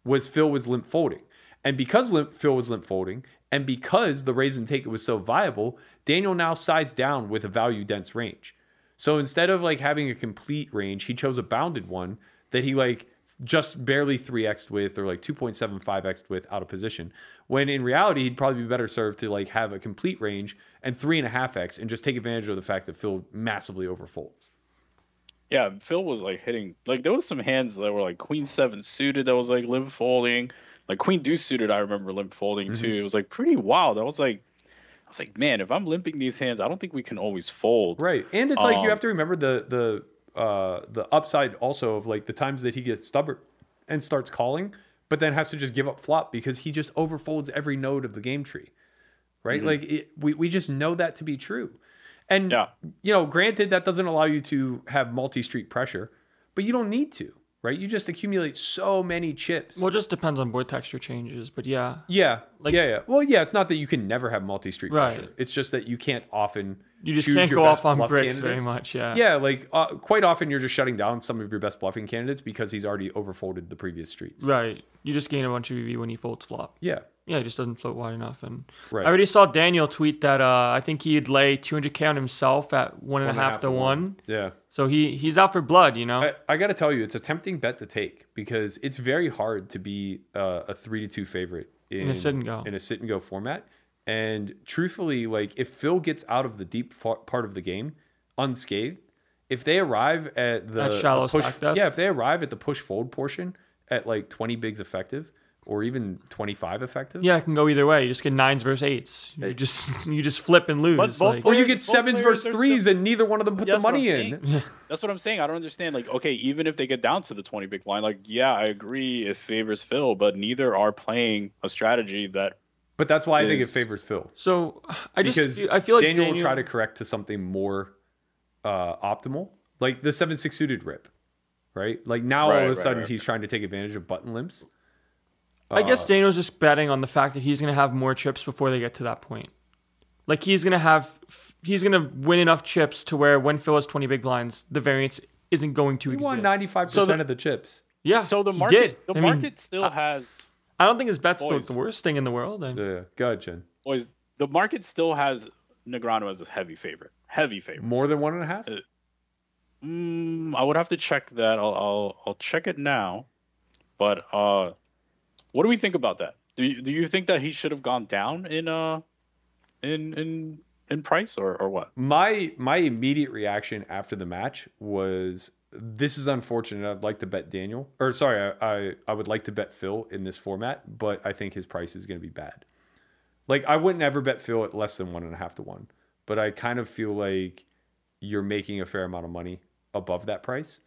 was Phil was limp folding. And because limp, Phil was limp folding, and because the raise and take it was so viable, Daniel now sized down with a value dense range. So instead of like having a complete range, he chose a bounded one that he like just barely 3x with or like 2.75x with out of position. When in reality, he'd probably be better served to like have a complete range and 3.5x and just take advantage of the fact that Phil massively overfolds.
Yeah, Phil was like hitting like there was some hands that were like queen seven suited that was like limp folding, like queen deuce suited. I remember limp folding
Mm-hmm.
too. It was like pretty wild. I was like, I was like, man, if I'm limping these hands, I don't think we can always fold.
Right. And it's like you
Um,
have to remember the the uh the upside also of like the times that he gets stubborn and starts calling, but then has to just give up flop because he just overfolds every node of the game tree. Right?
Mm-hmm.
Like it, we we just know that to be true. And
Yeah.
you know, granted that doesn't allow you to have multi-street pressure, but you don't need to, right? You just accumulate so many chips.
Well, it just depends on board texture changes, but yeah.
yeah.
like-
yeah, yeah. Well, yeah, it's not that you can never have multi-street
Right.
pressure. It's just that you can't often
You just
choose
can't
your
go
best
off on
bluff
bricks very
candidates.
much. Yeah.
Yeah, like uh, quite often you're just shutting down some of your best bluffing candidates because he's already overfolded the previous streets.
Right. You just gain a bunch of EV when he folds flop.
Yeah.
Yeah, he just doesn't float wide enough. And
Right.
I already saw Daniel tweet that uh, I think he'd lay 200k on himself at one and a half to one.
Yeah.
So he he's out for blood, you know.
I, I got to tell you, it's a tempting bet to take because it's very hard to be uh, a three to two favorite in,
sit and go.
in a sit and go format. And truthfully, like if Phil gets out of the deep fa- part of the game unscathed, if they arrive at the
At shallow
the push,
stack depth?
yeah, if they arrive at the push fold portion at like twenty bigs effective or even twenty five effective,
yeah, it can go either way. You just get nines versus eights. You just you just flip and lose.
both
like,
or
players-
you get
both
sevens
players
versus
are still-
threes and neither one of them put the
That's what
money
I'm
in.
saying. That's what I'm saying. I don't understand. Like, okay, even if they get down to the 20 big blind, like, yeah, I agree, it favors Phil, but neither are playing a strategy that.
But that's why I think it
is-
favors Phil
so I just
because
feel- I feel like
Daniel,
Daniel,
will try to correct to something more uh, optimal, like the seven six suited rip, right? Like now all
Right,
of a
right,
sudden
right.
he's trying to take advantage of button limps.
I
uh,
guess Daniel's just betting on the fact that he's gonna have more chips before they get to that point. Like he's gonna have he's gonna win enough chips to where when Phil has 20 big blinds, the variance isn't going to
He
exist.
won ninety five
So
percent
the-
of the chips.
Yeah.
So the
he
market,
did.
the
I mean,
market still has,
I don't think his bet's the,
Boys.
the worst thing in the world. I-
Yeah, go ahead, Jen.
boys, the market still has Negreanu as a heavy favorite. Heavy favorite.
More than one and a half?
Uh, mm, I would have to check that. I'll, I'll I'll check it now. But uh, what do we think about that? Do you, do you think that he should have gone down in uh in in in price or or what?
Mm, My my immediate reaction after the match was this is unfortunate. I'd like to bet Daniel, or sorry, I I, I would like to bet Phil in this format, but I think his price is going to be bad. Like I wouldn't ever bet Phil at less than one and a half to one, but I kind of feel like you're making a fair amount of money above that price.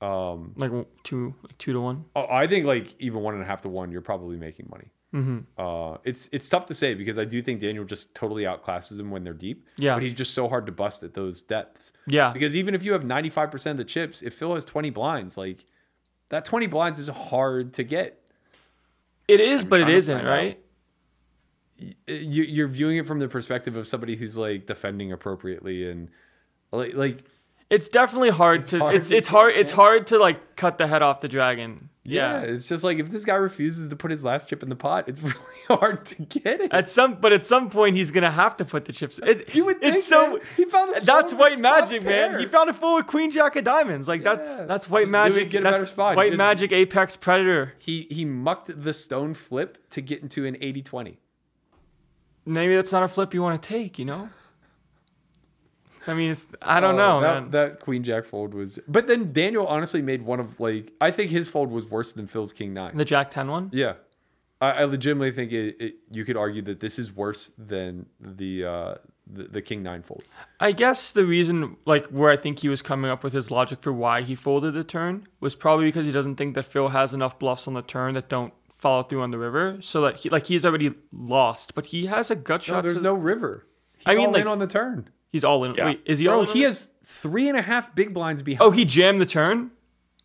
Um,
Like two, like two to one.
Oh, I think like even one and a half to one, you're probably making money.
Mhm.
Uh, it's it's tough to say because I do think Daniel just totally outclasses him when they're deep.
Yeah.
but he's just so hard to bust at those depths.
Yeah.
because even if you have 95 percent of the chips, if Phil has 20 blinds, like that 20 blinds is hard to get.
It is, but it
trying to
isn't,
find out.
right?
You, you're viewing it from the perspective of somebody who's like defending appropriately and like, like
It's definitely hard to.
hard
it's
to
it's hard. It's hard to like cut the head off the dragon.
yeah,
Yeah.
it's just like if this guy refuses to put his last chip in the pot, it's really hard to get it.
At some, but at some point, he's gonna have to put the chips. It,
You would think
it's so.
that he found a
That's
fold
white
with top
magic, man. He
pair.
found a fool with queen jack of diamonds. Like that's
Yeah.
that's white
Just knew
magic.
he'd get a
that's
better spot. He
white
just-
magic apex predator.
He he mucked the stone flip to get into an 80-20.
Maybe that's not a flip you want to take. You know. I mean, it's I don't
Oh,
know,
that,
man.
that queen jack fold was. But then Daniel honestly made one of like I think his fold was worse than Phil's king nine.
the jack ten one.
yeah, I, I legitimately think it, it, you could argue that this is worse than the uh, the, the king nine fold.
I guess the reason, like, where I think he was coming up with his logic for why he folded the turn was probably because he doesn't think that Phil has enough bluffs on the turn that don't follow through on the river. So that he, like, he's already lost, but he has a gut
No,
shot.
there's
to-
no river. He's
I mean,
all
like-
in on the turn.
He's all in. Wait, is he all
Bro,
in? on
he
it?
has three and a half big blinds behind.
Oh, he jammed the turn.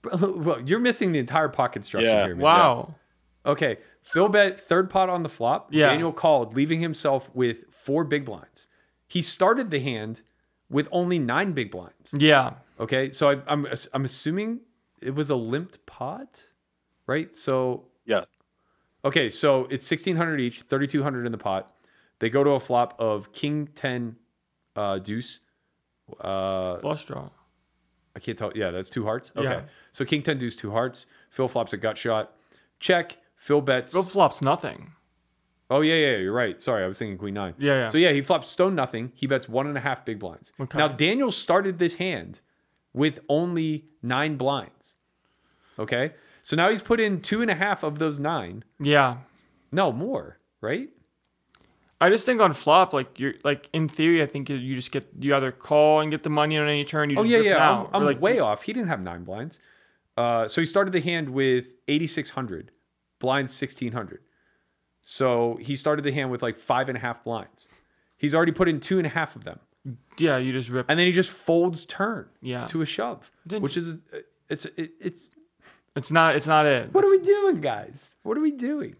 Bro, well, you're missing the entire pocket structure
Yeah.
here. man.
Oh. Wow.
Okay, Phil bet third pot on the flop.
Yeah.
Daniel called, leaving himself with four big blinds. He started the hand with only nine big blinds.
Yeah.
Okay, so I, I'm I'm assuming it was a limped pot, right? So
Yeah.
okay, so it's sixteen hundred each, thirty two hundred in the pot. They go to a flop of king ten, uh, deuce. Uh,
Flush draw.
I can't tell. Yeah, that's two hearts. Okay,
Yeah.
so king ten deuce two hearts. Phil flops a gut shot. Check. Phil bets.
Phil flops nothing.
Oh yeah, yeah, you're right. Sorry, I was thinking queen nine.
Yeah, yeah.
So yeah, he flops stone nothing. He bets one and a half big blinds.
Okay.
Now Daniel started this hand with only nine blinds. Okay, so now he's put in two and a half of those nine.
Yeah.
No more, right?
I just think on flop, like you're like in theory, I think you, you just get you either call and get the money on any turn. You
Oh
just
yeah,
rip it
yeah. I'm,
out. Or,
I'm
like,
way off. He didn't have nine blinds. Uh, so he started the hand with 8,600 blinds, 1,600. So he started the hand with like five and a half blinds. He's already put in two and a half of them.
Yeah, you just rip.
and then he just folds turn
Yeah.
to a shove,
Didn't
which is uh, it's it, it's
It's not. It's not it.
what are we doing, guys? What are we doing?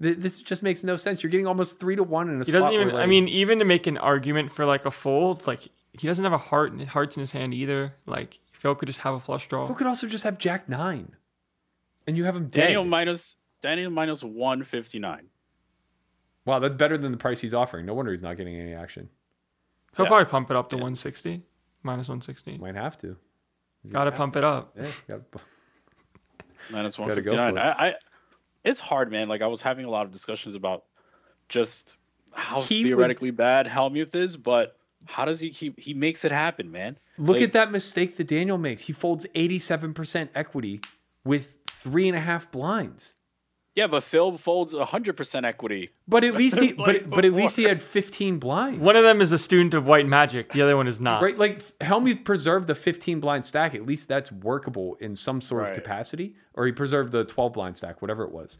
Th- This just makes no sense. You're getting almost three to one in a
He
spot
doesn't even.
where,
I
like-
mean, even to make an argument for like a fold, like he doesn't have a heart hearts in his hand either. Like Phil could just have a flush
who
draw.
could also just have Jack nine, and you have him dead.
Daniel minus Daniel minus one fifty nine.
wow, that's better than the price he's offering. No wonder he's not getting any action.
He'll
Yeah.
probably pump it up to 160, minus 160.
Might have to.
Got to pump it up.
Yeah, gotta-
Minus one
Gotta go
fifty
for
nine.
it.
I, I it's hard, man. Like I was having a lot of discussions about just how
He was-
theoretically bad Helmuth is, but how does he keep he makes it happen, man?
Look
Like-
at that mistake that Daniel makes. He folds 87% equity with three and a half blinds.
Yeah, but Phil folds hundred percent equity.
But at least he,
Like
but, but at least he
before.
had 15 blinds.
One of them is a student of white magic. The other one is not.
Right, like Helmuth preserved the 15 blind stack. At least that's workable in some sort of
Right.
capacity. Or he preserved the 12 blind stack, whatever it was.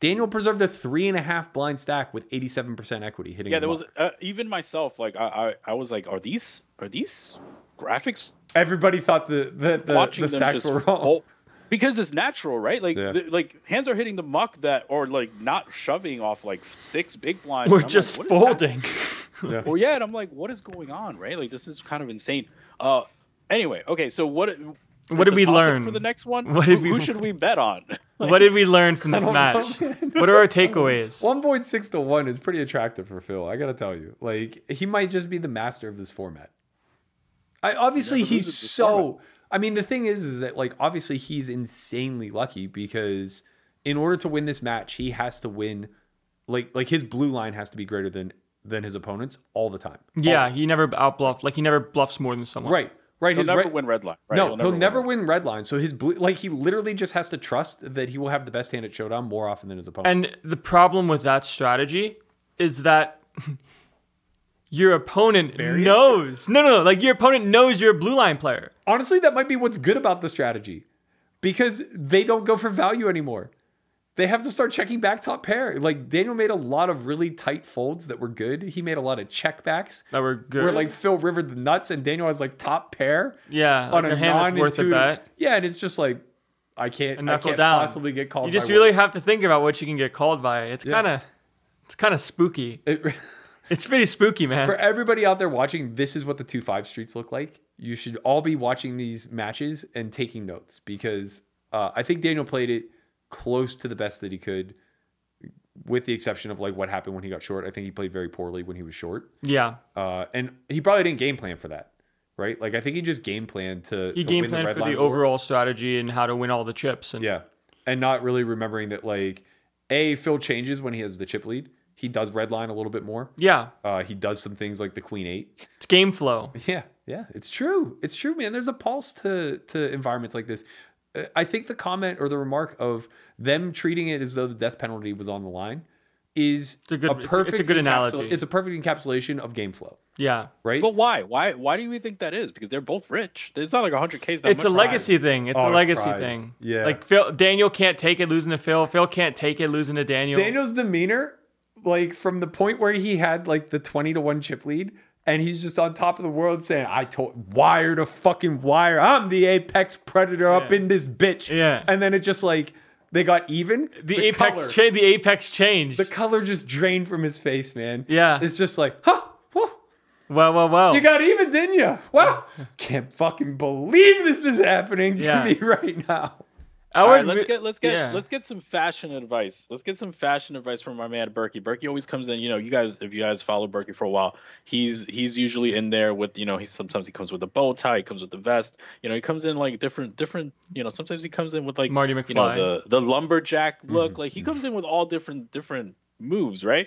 Daniel preserved a three and a half blind stack with 87% equity hitting.
Yeah,
the
there was
mark.
uh, even myself. Like I, I, I was like, are these are these
Uh,
graphics
everybody thought the the, the,
watching
the
them
stacks
just
were wrong.
fold- Because it's natural, right? Like,
Yeah.
the, like hands are hitting the muck that, or like not shoving off like six big blinds.
We're
I'm like,
just
"What is happening?"
folding.
Well, yeah, and I'm like, what is going on, right? Like, this is kind of insane. Uh, anyway, okay, so what?
What did
it's a
we
toss-up
learn?
for the next one?
What
who,
did we
who should we bet on?
what did we learn from
I
this
don't
match?
know, man.
what are our takeaways?
One point six to one is pretty attractive for Phil. I gotta tell you, like he might just be the master of this format. I obviously
never
he's
loses this
so.
format.
I mean, the thing is, is that like obviously he's insanely lucky because in order to win this match, he has to win. Like like his blue line has to be greater than than his opponents all the time.
Yeah, he never outbluffed. Like he never bluffs more than someone.
Right, right.
He'll
his
never
red-
win red line, right?
No,
He'll
he'll
never
never,
win
win, red line. So his blue, like he literally just has to trust that he will have the best hand at showdown more often than his opponent.
And the problem with that strategy is that your opponent knows. No, no, no. Like your opponent knows you're a blue line player.
Honestly, that might be what's good about the strategy because they don't go for value anymore. They have to start checking back top pair. Like Daniel made a lot of really tight folds that were good. He made a lot of checkbacks
that were good.
Where like Phil rivered the nuts and Daniel has like top pair.
Yeah,
on
like
a,
a hand that's worth a
non-intuitive-
bet.
Yeah, and it's just like I can't.
And
I
knuckle
can't
down.
possibly get called.
You just
by
really have to think about what you can get called by. It's kind of, it's kind of spooky. it's pretty spooky, man.
For everybody out there watching, this is what the two five streets look like. You should all be watching these matches and taking notes because uh, I think Daniel played it close to the best that he could, with the exception of like what happened when he got short. I think he played very poorly when he was short.
Yeah.
uh, and he probably didn't game plan for that, right? Like I think he just game planned to
He
to
game
win the
planned
red
for
line
the
war.
overall strategy and how to win all the chips. And
Yeah. And not really remembering that like A, Phil changes when he has the chip lead. He does red line a little bit more.
Yeah.
Uh, he does some things like the Queen Eight.
It's game flow.
Yeah, yeah. It's true. It's true, man. There's a pulse to to environments like this. Uh, I think the comment or the remark of them treating it as though the death penalty was on the line is
a good- it's a- it's a
perfect
good
encapsula-
analogy.
It's a perfect encapsulation of game flow.
Yeah.
Right.
But why? Why? Why do we think that is? Because they're both rich. It's not like 100k. Is that
It's a
much.
legacy thing. It's
Oh,
a
it's
legacy
pride.
thing.
Yeah.
Like Phil, Daniel can't take it losing to Phil. Phil can't take it losing to Daniel.
Daniel's demeanor, like from the point where he had like the 20 to 1 chip lead, and he's just on top of the world saying, I told wire to fucking wire. I'm the apex predator up in this bitch.
Yeah.
And then it just like they got even.
the, apex
color-
cha- the apex change.
the color just drained from his face, man.
Yeah.
It's just like, huh, whew,
Well, well, well.
you got even, didn't you? Wow. Can't fucking believe this is happening to
Yeah.
me right now.
I
All
would
right, let's
re-
get let's get
yeah.
let's get some fashion advice. Let's get some fashion advice from my man Berkey. Berkey always comes in. You know, you guys, if you guys follow Berkey for a while, he's he's usually in there with you know. He sometimes he comes with a bow tie. He comes with the vest. You know, he comes in like different different. You know, sometimes he comes in with like
Marty
You know,
McFly. Mm-hmm.
the the lumberjack look. Like he comes in with all different different moves, right?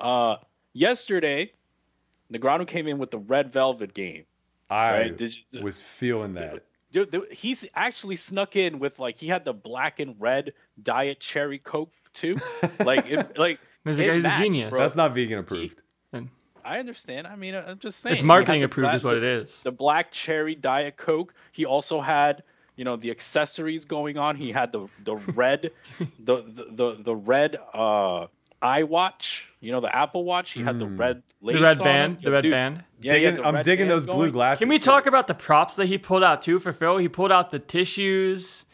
Uh, yesterday, Negrano came in with the red velvet game.
I
Right, did you-
was feeling that.
Dude, th- he's actually snuck in with like he had the black and red diet cherry coke too. Like, it, like
There's a
it
guy who's a
matched,
genius.
bro.
That's not vegan approved.
I understand. I mean, I- I'm just saying.
It's
He
marketing
had the
approved,
black-
is what it is.
The black cherry diet coke. He also had, you know, the accessories going on. He had the the red, the, the the the red uh iWatch. You know, the Apple Watch. He had the red
Hmm. The
lace
red
on
band.
it.
The red
Dude,
band.
Yeah, he had
Digging-
the
I'm
red
digging
band
those blue
going.
glasses.
Can we talk about the props that he pulled out too for Phil? He pulled out the tissues.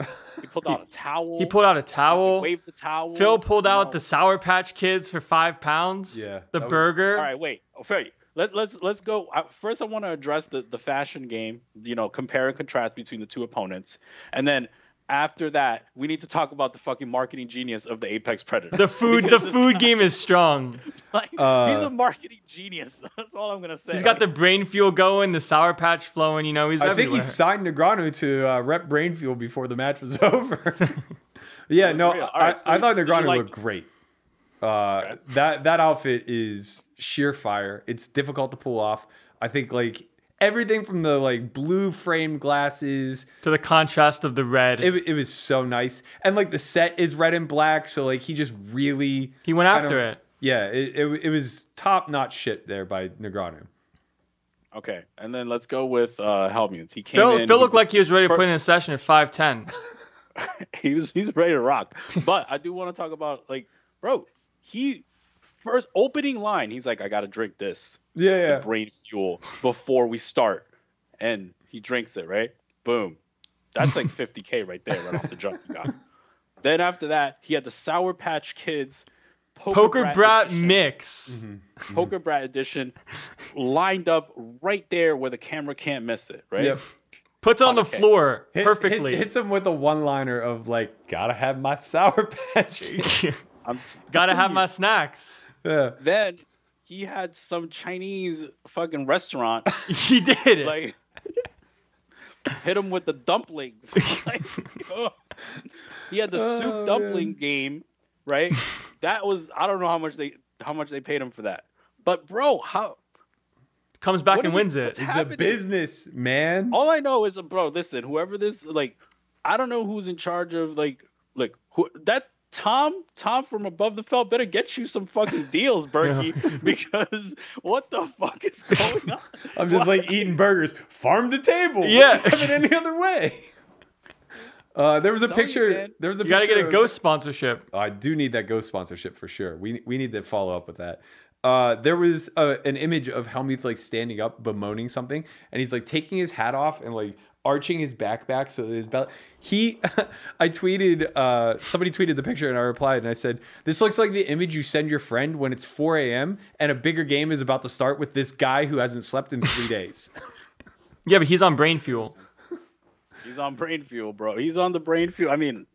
He pulled out a towel.
He pulled out a towel.
waved the towel.
Phil pulled
you
out
know.
the Sour Patch Kids for five pounds.
Yeah,
The
that was-
burger.
All right, wait. Wait. Let, let's let's go. I- First, I want to address the the fashion game. You know, compare and contrast between the two opponents, and then after that, we need to talk about the fucking marketing genius of the Apex Predator.
The food. the
Because this
food
guy-
game is strong.
like, he's
Uh,
a marketing genius. That's all I'm gonna say.
He's got the brain fuel going, the Sour Patch flowing. You know, he's
I
everywhere.
think he signed Negreanu to uh, rep brain fuel before the match was over. yeah, no,
real. All
I,
right, so
I
you-
thought
you
Negreanu
like
looked great. Uh, That that outfit is sheer fire. It's difficult to pull off. I think like everything from the like blue frame glasses.
to the contrast of the red.
It, it was so nice, and like the set is red and black, so like he just really
he went
kind
after
of-
it.
Yeah, it, it, it was top notch shit there by Negreanu.
okay, and then let's go with uh, Helmuth. He came
Phil,
in.
Phil
he-
looked like he was ready to
for-
put in a session at five ten.
he was he's ready to rock. But I do want to talk about like, bro, he first opening line, he's like, I gotta drink this.
Yeah, yeah.
The brain fuel before we start. And he drinks it, right? Boom. That's like 50k right there, right off the jump you got. Then after that, he had the Sour Patch Kids
Poker brat mix.
Poker Brat Edition lined up right there where the camera can't miss it, right?
Yep.
Puts on the
Okay.
floor
Hit- hit-
perfectly.
hits him with a one-liner of like, "Gotta have my sour patch." Kids."
Gotta have my snacks.
Yeah.
Um, Then he had some Chinese fucking restaurant.
he did it.
Like hit him with the dumplings. Like, oh. He had the soup
Oh,
dumpling game, right? That was I don't know how much they how much they paid him for that. But bro, how
Comes back
What
and
are we-
wins
what's
it.
it's a
happening?
business, man.
Oh,
all I know is uh, bro, listen, whoever this like I don't know who's in charge of like like who that Tom, Tom from above the felt better get you some fucking deals, Berkey, because what the fuck is going on?
I'm just like eating burgers, farm to table.
Yeah.
Wouldn't have it any other way. Uh, there was a
Tell you,
picture.
man.
there was a
You
picture
gotta get a
of-
ghost sponsorship.
I do need that ghost sponsorship for sure. We we need to follow up with that. Uh, there was a, an image of Helmuth like standing up, bemoaning something, and he's like taking his hat off and like arching his back back so that his belt. He, I tweeted. Uh, somebody tweeted the picture, and I replied, and I said, "This looks like the image you send your friend when it's 4 a.m. and a bigger game is about to start with this guy who hasn't slept in three days."
Yeah, but he's on brain fuel.
He's on brain fuel, bro. He's on the brain fuel. I mean,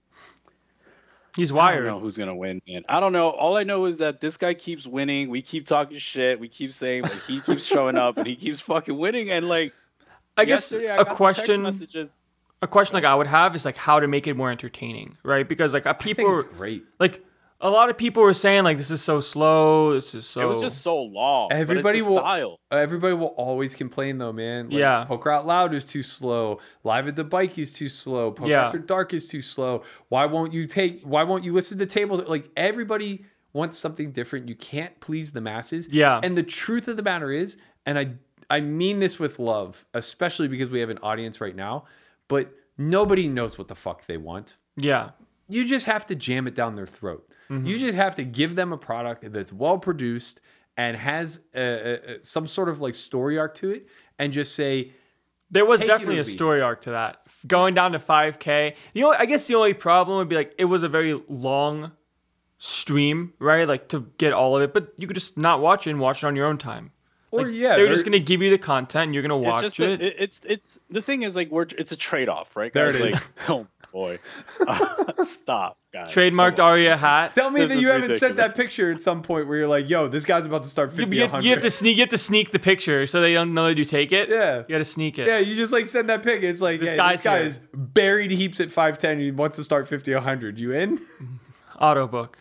He's
I don't know
wired.
who's gonna win, man. I don't know. All I know is that this guy keeps winning. We keep talking shit. We keep saying but he keeps showing up and he keeps fucking winning. And like,
I guess
yesterday I
a
got some
question.
text messages.
a question like I would have is like how to make it more entertaining, right? Because like uh,
I think
people
it's great.
like a lot of people were saying like this is so slow, this is so
It was just so long. but it's the
Oh. Everybody will-
style.
Everybody will always complain though, man. Like,
Yeah.
Poker Out Loud is too slow. Live at the Bike is too slow. Poker
Yeah.
After Dark is too slow. Why won't you take? Why won't you listen to table? Like everybody wants something different. You can't please the masses.
Yeah.
And the truth of the matter is, and I I mean this with love, especially because we have an audience right now, but nobody knows what the fuck they want
yeah.
you just have to jam it down their throat.
Mm-hmm.
You just have to give them a product that's well produced and has uh, uh, uh, some sort of like story arc to it, and just say,
There was
Take it or
definitely a
leave it.
story arc to that. Going down to 5K. The only I guess the only problem would be like it was a very long stream, right? Like to get all of it, but you could just not watch it and watch it on your own time.
or
Like,
yeah,
they're just
there-
gonna give you the content. And you're gonna watch
it's just
it.
a- it's it's the thing is like we're it's a trade off, right?
There
guys?
it is.
Like, oh boy, stop, guys.
Trademarked
Come on.
Aria hat.
Tell me
This
that
is
you haven't sent that
ridiculous.
picture at some point where you're like, "Yo, this guy's about to start
You,
50
you- you
100.
have to sneak. You have to sneak the picture so they don't know that you take it.
Yeah.
you got to sneak it.
yeah, you just like send that pic. It's like,
This
"Hey,
guy's
this guy
here."
is buried heaps at 5'10. He wants to start 50 100. You in?
Autobook.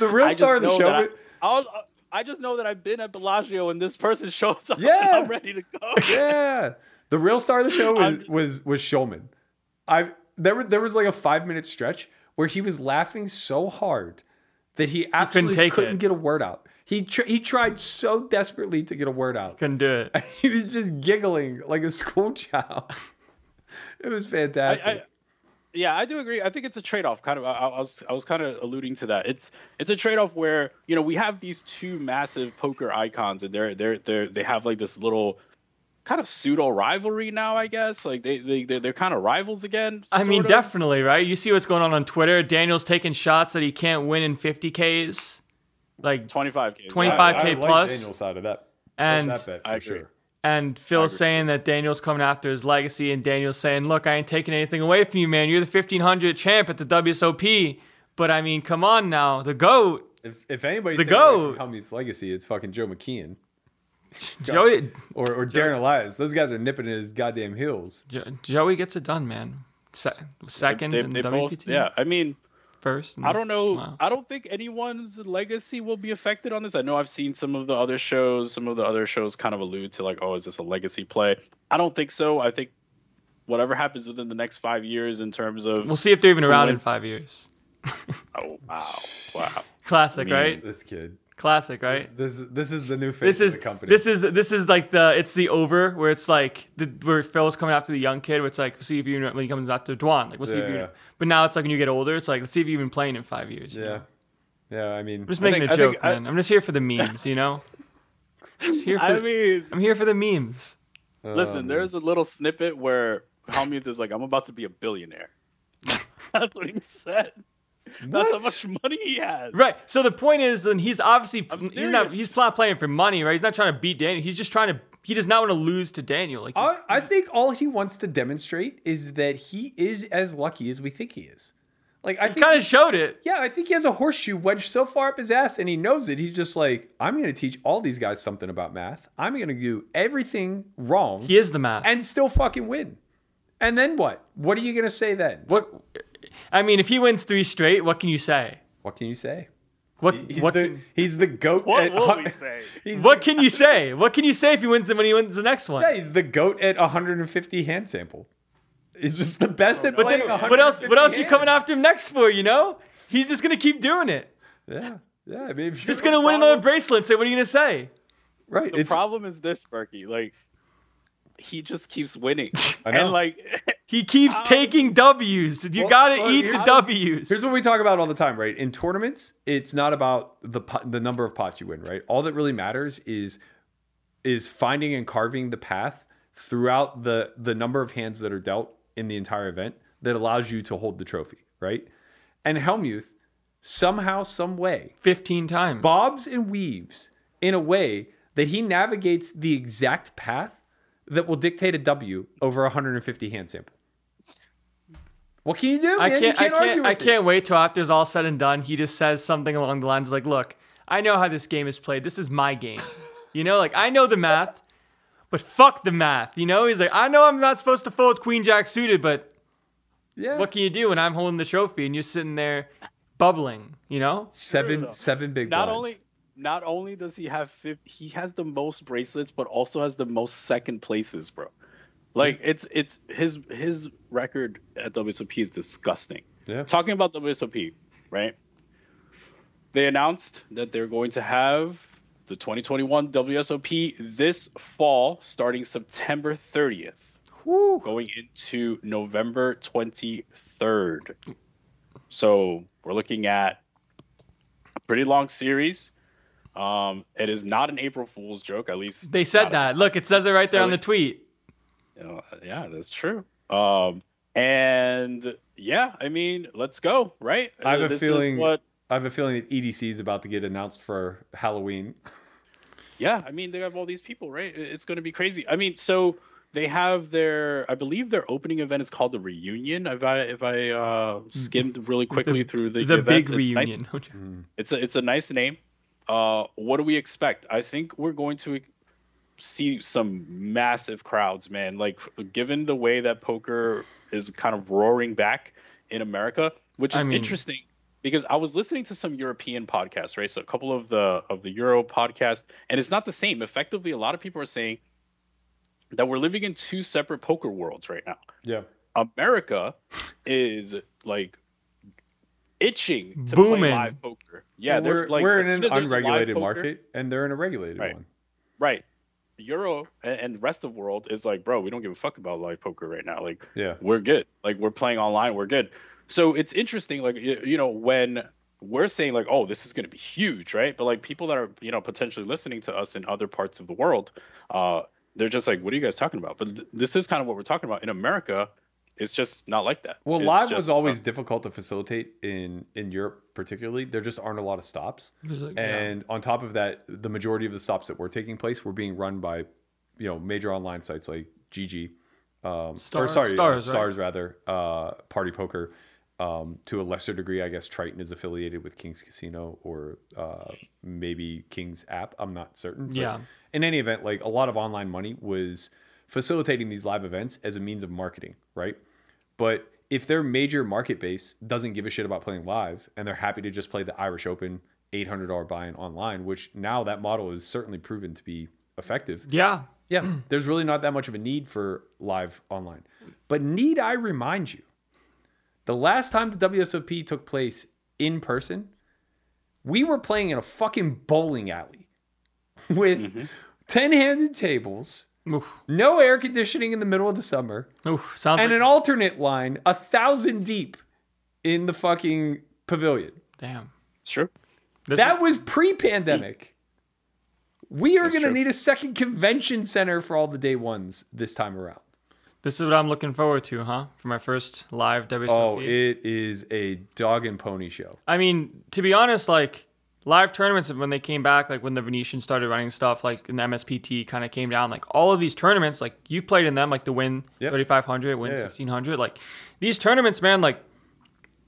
The real
I just
star of the
know
show.
that I, I'll, I just know that I've been at Bellagio and this person shows up.
Yeah.
and I'm ready to go.
yeah. The real star of the show
I'm
was was, was Shulman. I there were there was like a five minute stretch where he was laughing so hard that he absolutely couldn't,
take it.
get a word out. He tr- he tried so desperately to get a word out.
Couldn't do it.
He was just giggling like a school child. it was
I-
fantastic.
I- yeah, I do agree. I think it's a trade-off. Kind of, I, I was, I was kind of alluding to that. It's, it's a trade-off where you know we have these two massive poker icons, and they're, they're, they're, they have like this little kind of pseudo rivalry now. I guess like they, they, they're, they're kind of rivals again.
I mean,
sort of.
definitely, right? You see what's going on on Twitter. Daniel's taking shots that he can't win in 50Ks, like,
25k.
25K plus.
side of that.
and
bet
I agree.
and Phil's saying that Daniel's coming after his legacy, and Daniel's saying, "Look, I ain't taking anything away from you, man. You're the 1500 champ at the WSOP, but I mean, come on now, the goat,
If, if anybody
The goat.
Helmuth's legacy, it's fucking Joe McKeon
Joey.
or, or Darren Elias. Those guys are nipping in his goddamn heels.
Jo- Joey gets it done, man. Se- second
They,
in
they
the
both,
WPT,
yeah. I mean,
First, in
I
the-
don't know.
Wow.
I don't think anyone's legacy will be affected on this. I know I've seen some of the other shows. Some of the other shows kind of allude to like, oh, is this a legacy play? I don't think so. I think whatever happens within the next five years in terms of
We'll see if they're even around in
wins?
five years.
oh wow, wow.
Classic,
mean,
right?
This kid.
Classic, right?
This this is the new face
this
of
is
the company.
this is this is like the it's the over where it's like the where Phil's coming after the young kid. Where it's like we'll see if you when he comes after Dwan, like we'll see if you.
Yeah.
But now it's like when you get older, it's like let's see if you're even playing in five years. you know?
Yeah.
I'm
Yeah, I mean,
just making
think-
a
I think
joke,
I-
man. I'm just here for the memes, you know. Just here for
I
the-
mean,
I'm here for the memes.
Oh,
listen. There's a little snippet where Helmuth is like, I'm about to be a billionaire. That's what he said. That's how
What?
much money he has.
Right. So the point is, and he's obviously he's not
serious.
he's not playing for money, right? He's not trying to beat Danny. He's just trying to he does not want to lose to Daniel. Like
I, I think all he wants to demonstrate is that he is as lucky as we think he is. Like I
kind of showed it.
Yeah, I think he has a horseshoe wedged so far up his ass, and he knows it. He's just like, I'm going to teach all these guys something about math. I'm going to do everything wrong.
He is the math,
and still fucking win. And then what? What are you going to say then?
What? I mean, if he wins three straight, what can you say?
What can you say?
What?
He's
what?
the
can,
he's the goat.
What
at,
will we say?
He's
what can you say? What can you say if he wins and when he wins the next one?
Yeah, he's the goat at 150 hand sample. He's just the best at
But
playing
then,
150
what else? What else you
hands.
coming after him next for? You know, he's just gonna keep doing it.
Yeah, yeah. I mean, if
Just
you're-
gonna win another bracelet. So what are you gonna say?
right?
The
It's
problem is this, Berkey. Like, he just keeps winning,
I know.
and like,
He keeps taking W's. You
Uh, Well,
gotta
well,
eat
here-
the W's.
Here's what we talk about all the time, right? In tournaments, it's not about the po- the number of pots you win, right? All that really matters is is finding and carving the path throughout the the number of hands that are dealt in the entire event that allows you to hold the trophy, right? And Helmuth somehow, some way,
Fifteen times.
bobs and weaves in a way that he navigates the exact path that will dictate a W over a 150 hand sample. What can you do?
I
man? You
can't, I
argue
can't, I
with it.
can't wait till after it's all said and done. He just says something along the lines like, "Look, I know how this game is played. This is my game. You know, like I know the math, but fuck the math. You know, he's like, I know I'm not supposed to fold Queen Jack suited, but
Yeah.
what can you do when I'm holding the trophy and you're sitting there bubbling? You know,
seven
though.
seven big
not
blinds.
only not only does he have fif- he has the most bracelets, but also has the most second places, bro. Like it's it's his his record at WSOP is disgusting.
Yeah.
Talking about WSOP, right? They announced that they're going to have the 2021 WSOP this fall, starting September 30th, going into November 23rd. So we're looking at a pretty long series. Um, it is not an April Fool's joke, at least
they said
not-
that. Look, it says it right there on the
Really?
tweet.
you know, yeah, that's true. Um, and yeah, I mean, let's go, right?
I have
Uh,
a
this
feeling-
Is what,
I have a feeling that EDC is about to get announced for Halloween.
yeah, I mean, they have all these people, right? It- It's going to be crazy. I mean, so they have their, I believe their opening event is called the reunion. If I if I uh, skimmed really quickly through the
Mm. The big
events, it's nice- Mm-hmm.
reunion.
It's a it's a nice name. Uh, what do we expect? I think we're going to see some massive crowds, man. Like given the way that poker is kind of roaring back in America, which is
I mean-
interesting because I was listening to some European podcasts, right? So a couple of the of the Euro podcast, and it's not the same. Effectively, a lot of people are saying that we're living in two separate poker worlds right now.
Yeah.
America is like itching to play
Booming.
live poker. Yeah, they're
we're,
like
we're
as
in an
soon as there's live
unregulated
poker-
market, and they're in a regulated
Right.
one.
Right. Euro and, and the rest of the world is like, bro, we don't give a fuck about live poker right now. Like
Yeah.
we're good. Like we're playing online, we're good. So it's interesting, like y- you know, when we're saying like, oh, this is going to be huge, right? But like people that are you know potentially listening to us in other parts of the world, uh, they're just like, what are you guys talking about? But th- this is kind of what we're talking about in America. It's just not like that.
Well,
It's
live
just,
was
uh,
always difficult to facilitate in in Europe, particularly. There just aren't a lot of stops, and on top of that, the majority of the stops that were taking place were being run by, you know, major online sites like GG, um, or
Star-
sorry,
Stars,
uh,
right?
stars rather, uh, Party Poker. Um, to a lesser degree, I guess Triton is affiliated with King's Casino or uh, maybe King's app. I'm not certain. but
Yeah.
in any event, like a lot of online money was facilitating these live events as a means of marketing, right? But if their major market base doesn't give a shit about playing live and they're happy to just play the Irish Open $800 buy in online, which now that model is certainly proven to be effective,
Yeah.
yeah, there's really not that much of a need for live online. But need I remind you, the last time the WSOP took place in person, we were playing in a fucking bowling alley with
Mm-hmm.
10 handed tables,
Oof.
no air conditioning in the middle of the summer,
Oof. Sounds
and
like
an alternate line a thousand deep in the fucking pavilion.
damn.
It's true.
This
That was pre pandemic. We are
That's
going to
true.
need a second convention center for all the day ones this time around.
This is what I'm looking forward to, huh? For my first live WSOP.
Oh, it is a dog and pony show.
I mean, to be honest, like live tournaments when they came back, like when the Venetians started running stuff, like in the MSPT kind of came down, like all of these tournaments, like you played in them, like the win 3500, win
Yeah, yeah.
1600, like these tournaments, man, like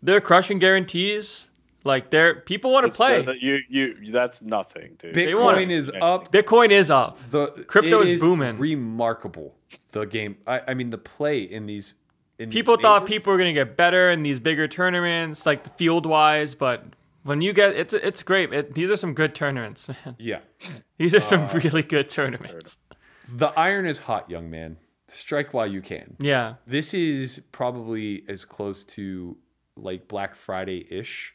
they're crushing guarantees. Like they're people want to
It's the-
play.
the- you, you, that's nothing, dude.
They want
Bitcoin
it.
is up.
Bitcoin is up.
The
Crypto
it
is booming.
Remarkable. The game. I, I mean, the play in these. In
people
these
thought
majors-
people were gonna get better in these bigger tournaments, like the field wise, but when you get it's it's great. It, these are some good tournaments, man.
Yeah.
These are
Ah,
some really good tournaments.
The iron is hot, young man. Strike while you can.
Yeah.
This is probably as close to like Black Friday ish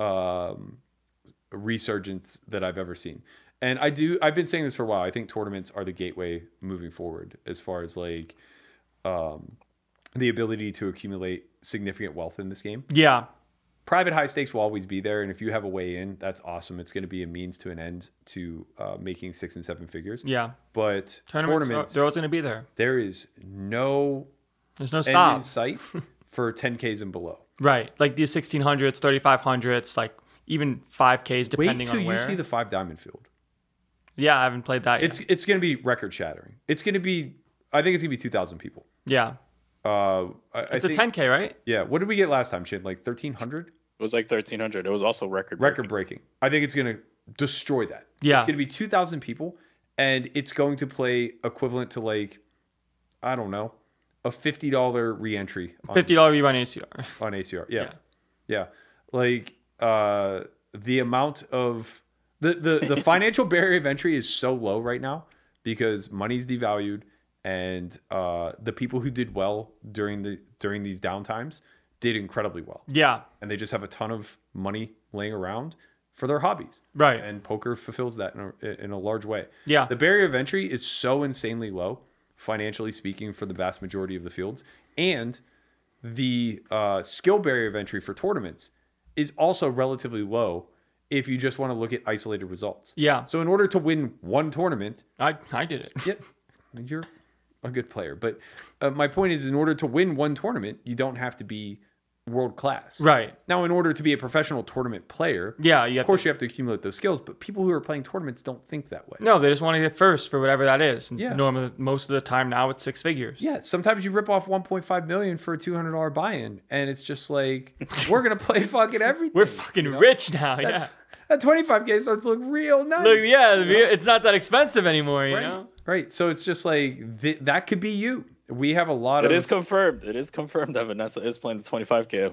um, resurgence that I've ever seen. And I do, I've been saying this for a while. I think tournaments are the gateway moving forward as far as like um, the ability to accumulate significant wealth in this game
Yeah.
private high stakes will always be there and if you have a way in that's awesome it's going to be a means to an end to uh, making six and seven figures
Yeah.
but
Tournaments, oh,
tournaments,
they're always gonna be there.
there is no
There's no
end
stop.
in sight for 10ks and below
Right. Like these sixteen hundreds, thirty five hundreds, like even five Ks depending
wait till
on
you
where.
see the five diamond field
yeah, I haven't played that
it's it's going to be record shattering it's going to be i think it's going to be 2000 people
yet.
uh I,
Yeah. It's a ten K, right?
yeah what did we get last time Shin? like 1300
It was like 1300. It was also record.
record breaking. I think it's going to destroy that.
Yeah.
It's going to be 2,000 people and it's going to play equivalent to like, I don't know, a $50 re entry on,
Fifty dollar rebound ACR.
on ACR. Yeah. yeah. Like uh, the amount of the, the, the financial barrier of entry is so low right now because money's devalued and uh, the people who did well during the during these downtimes did incredibly well
Yeah.
and they just have a ton of money laying around for their hobbies.
Right.
And poker fulfills that in a, in a large way.
Yeah.
The barrier of entry is so insanely low, financially speaking, for the vast majority of the fields. And the uh, skill barrier of entry for tournaments is also relatively low if you just want to look at isolated results.
Yeah.
So, in order to win one tournament,
I I did it.
yeah, you're a good player. But uh, my point is, in order to win one tournament, you don't have to be world class.
Right.
Now, in order to be a professional tournament player,
Yeah, you
of
have
course you
to-
have to accumulate those skills. But people who are playing tournaments don't think that way.
No, they just want to get first for whatever that is. And
Yeah.
Normally, most of the time now it's six figures.
Yeah, sometimes you rip off 1.5 million for a 200 dollar buy-in, and it's just like we're gonna play fucking everything.
We're fucking rich now.
That's-
yeah.
That 25k starts to look real nice.
Look, yeah, the- it's not that expensive anymore, you
right?
know?
Right. So it's just like th- that could be you. We have a lot
It
of.
is confirmed. It is confirmed that Vanessa is playing the 25k.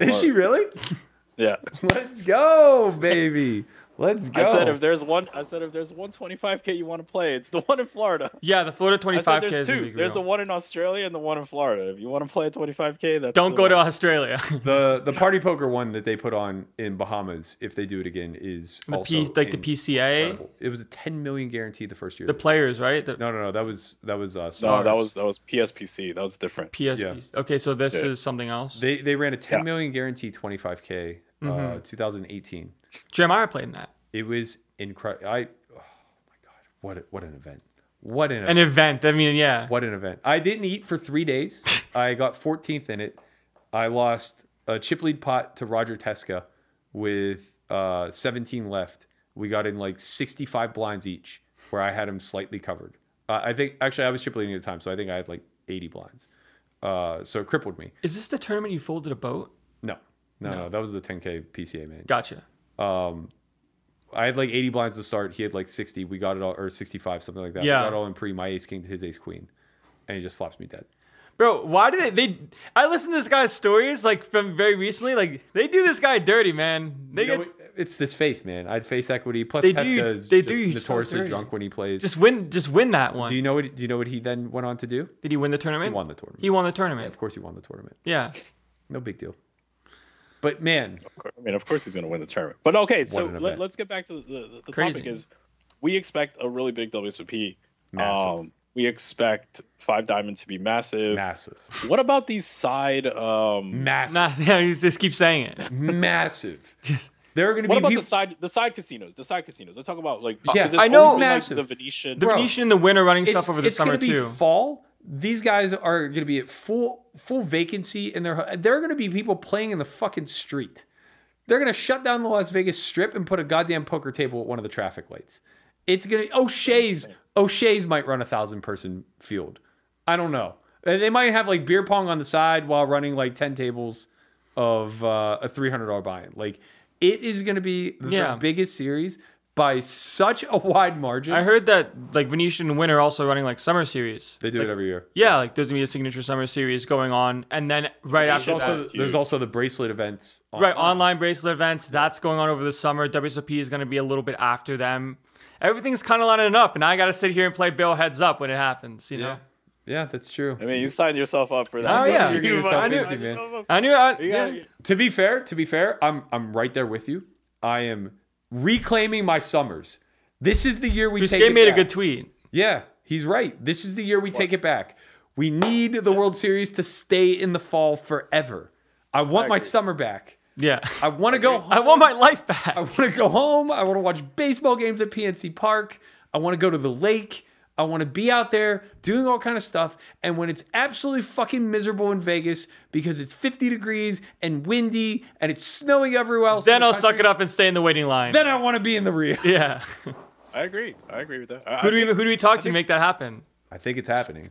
is she really?
Yeah.
Let's go, baby. Let's go.
I said if there's one, I said if there's one 25k you want to play, it's the one in Florida.
Yeah, the Florida
I said
25K
there's
is
two.
illegal.
There's the one in Australia and the one in Florida. If you want to play a 25k, that's
Don't
the
go
one.
to Australia.
the the party poker one that they put on in Bahamas, if they do it again, is
The
also
P, like the PCA,
incredible. It was a 10 million guarantee the first year.
the players, right? The
no, no, no. That was that was uh,
No,
Stars.
that was that was PSPC. That was different.
PSPs. Okay, so this
Yeah.
is something else.
they they ran a 10 million guarantee 25k uh,
Mm-hmm.
Mhm.
2018.
Jeremiah played in that.
It was incredible. I oh my god, what a, what an event! What an
An
event.
event. I mean, yeah.
what an event! I didn't eat for three days. I got 14th in it. I lost a chip lead pot to Roger Tesca with uh, 17 left. We got in like 65 blinds each, where I had him slightly covered. Uh, I think actually I was chip leading at the time, so I think I had like 80 blinds. Uh, so it crippled me.
Is this the tournament you folded a boat?
No, no, no, that was the 10k PCA man.
Gotcha.
I had like 80 blinds to start. He had like 60. We got it all, or 65, something like that.
Yeah.
We got it all in pre. My ace king to his ace queen, and he just flops me dead.
Bro, why do they, they? I listened to this guy's stories like from very recently. Like they do this guy dirty, man. They
You know,
get,
it's this face, man. I had face equity. Plus,
They do-
Tesca is
they
just
do you so
notoriously
dirty.
drunk when he plays.
just win, just win that one.
do you know what? Do you know what he then went on to do?
Did he win the tournament?
He won the tournament.
He won the tournament.
of course, he won the tournament.
Yeah.
No big deal. But man,
Of course, I mean, of course he's going to win the tournament. But okay, so
an
let,
event.
let's get back to the, the, the
Crazy.
topic is we expect a really big WSOP.
Massive.
Um, we expect Five Diamond to be massive.
massive,
What about these side? Um,
massive,
Nah, yeah, he just keeps saying it.
massive.
Just-
there are going to
what
be
about
people.
the side the side casinos? The side casinos. Let's talk about like
Yeah,
because it's
I know-
always been,
Massive.
like the Venetian.
The
Bro,
Venetian in the winter running
it's,
stuff over the
it's
summer
gonna be
too.
Fall. These guys are going to be at full full vacancy in their. There are going to be people playing in the fucking street. They're gonna shut down the Las Vegas Strip and put a goddamn poker table at one of the traffic lights. It's gonna O'Shea's O'Shea's might run a thousand person field. I don't know. Uh, They they might have like beer pong on the side while running like ten tables of uh, a three hundred dollar buy-in. Like it is gonna be the
Yeah.
biggest series by such a wide margin.
I heard that like Venetian and Win are also running like summer series.
They do it every year.
Yeah, like there's gonna be a signature summer series going on, and then right
There's
after
also-
that,
there's also the bracelet events. on-
right online bracelet events that's going on over the summer. WSOP is gonna be a little bit after them. Everything's kind of lining up, and I gotta sit here and play Bill heads up when it happens. You know.
Yeah, that's true.
I mean, you signed yourself up for that.
Oh yeah,
You're getting yourself
I knew.
into, man.
I knew. I,
You got-
yeah.
To be fair, to be fair, I'm I'm right there with you. I am reclaiming my summers. This is the year we take
Biscay
it
made a
back.
good tweet.
Yeah, he's right. This is the year we take it back. We need the World Series to stay in the fall forever. I want my summer back.
Yeah.
I want to go home.
I want my life back.
I want to go home. I want to watch baseball games at PNC Park. I want to go to the lake. I want to be out there doing all kind of stuff. And when it's absolutely fucking miserable in Vegas because it's 50 degrees and windy and it's snowing everywhere else, in
Then
the
I'll
country,
suck it up and stay in the waiting line.
Then I want to be in the real.
yeah.
I agree. I agree with that. I- I
Who do we
think-
who do we talk to make that happen?
I think it's happening.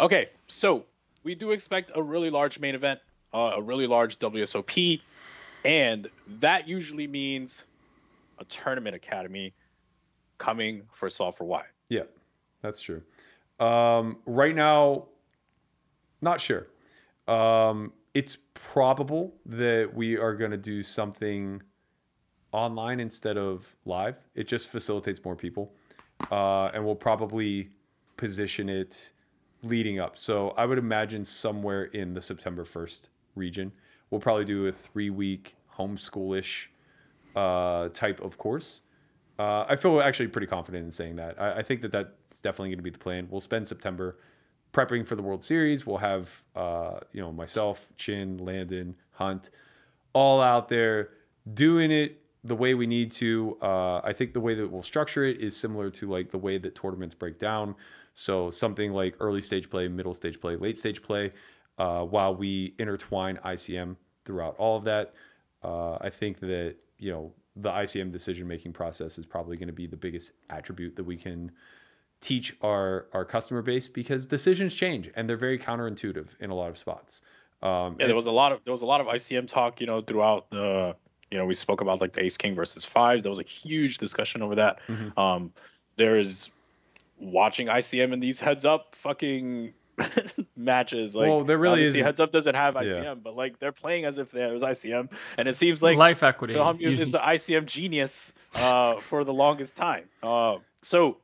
Okay, so we do expect a really large main event, uh, a really large WSOP, and that usually means a tournament academy coming for Solve for Why.
Yeah, that's true. Um, right now, not sure. Um, it's probable that we are going to do something online instead of live. It just facilitates more people. Uh, and we'll probably position it leading up. So I would imagine somewhere in the September 1st region. We'll probably do a three week homeschoolish uh, type of course. Uh, I feel actually pretty confident in saying that. I, I think that that's definitely going to be the plan. We'll spend September prepping for the World Series. We'll have uh, you know myself, Chin, Landon, Hunt, all out there doing it the way we need to. Uh, I think the way that we'll structure it is similar to like the way that tournaments break down. So something like early stage play, middle stage play, late stage play, uh, while we intertwine ICM throughout all of that. Uh, I think that you know the ICM decision making process is probably going to be the biggest attribute that we can teach our our customer base because decisions change and they're very counterintuitive in a lot of spots. Um,
Yeah, there
it's-
was a lot of there was a lot of ICM talk, you know, throughout the you know, we spoke about like the ace king versus fives. There was a huge discussion over that.
Mm-hmm.
Um there's watching ICM in these heads up fucking matches like
Well, there really
obviously
isn't-
heads up doesn't have ICM, but like they're playing as if there was ICM and it seems like
Life equity.
Phil Hellmuth is the ICM genius uh, for the longest time. Uh, so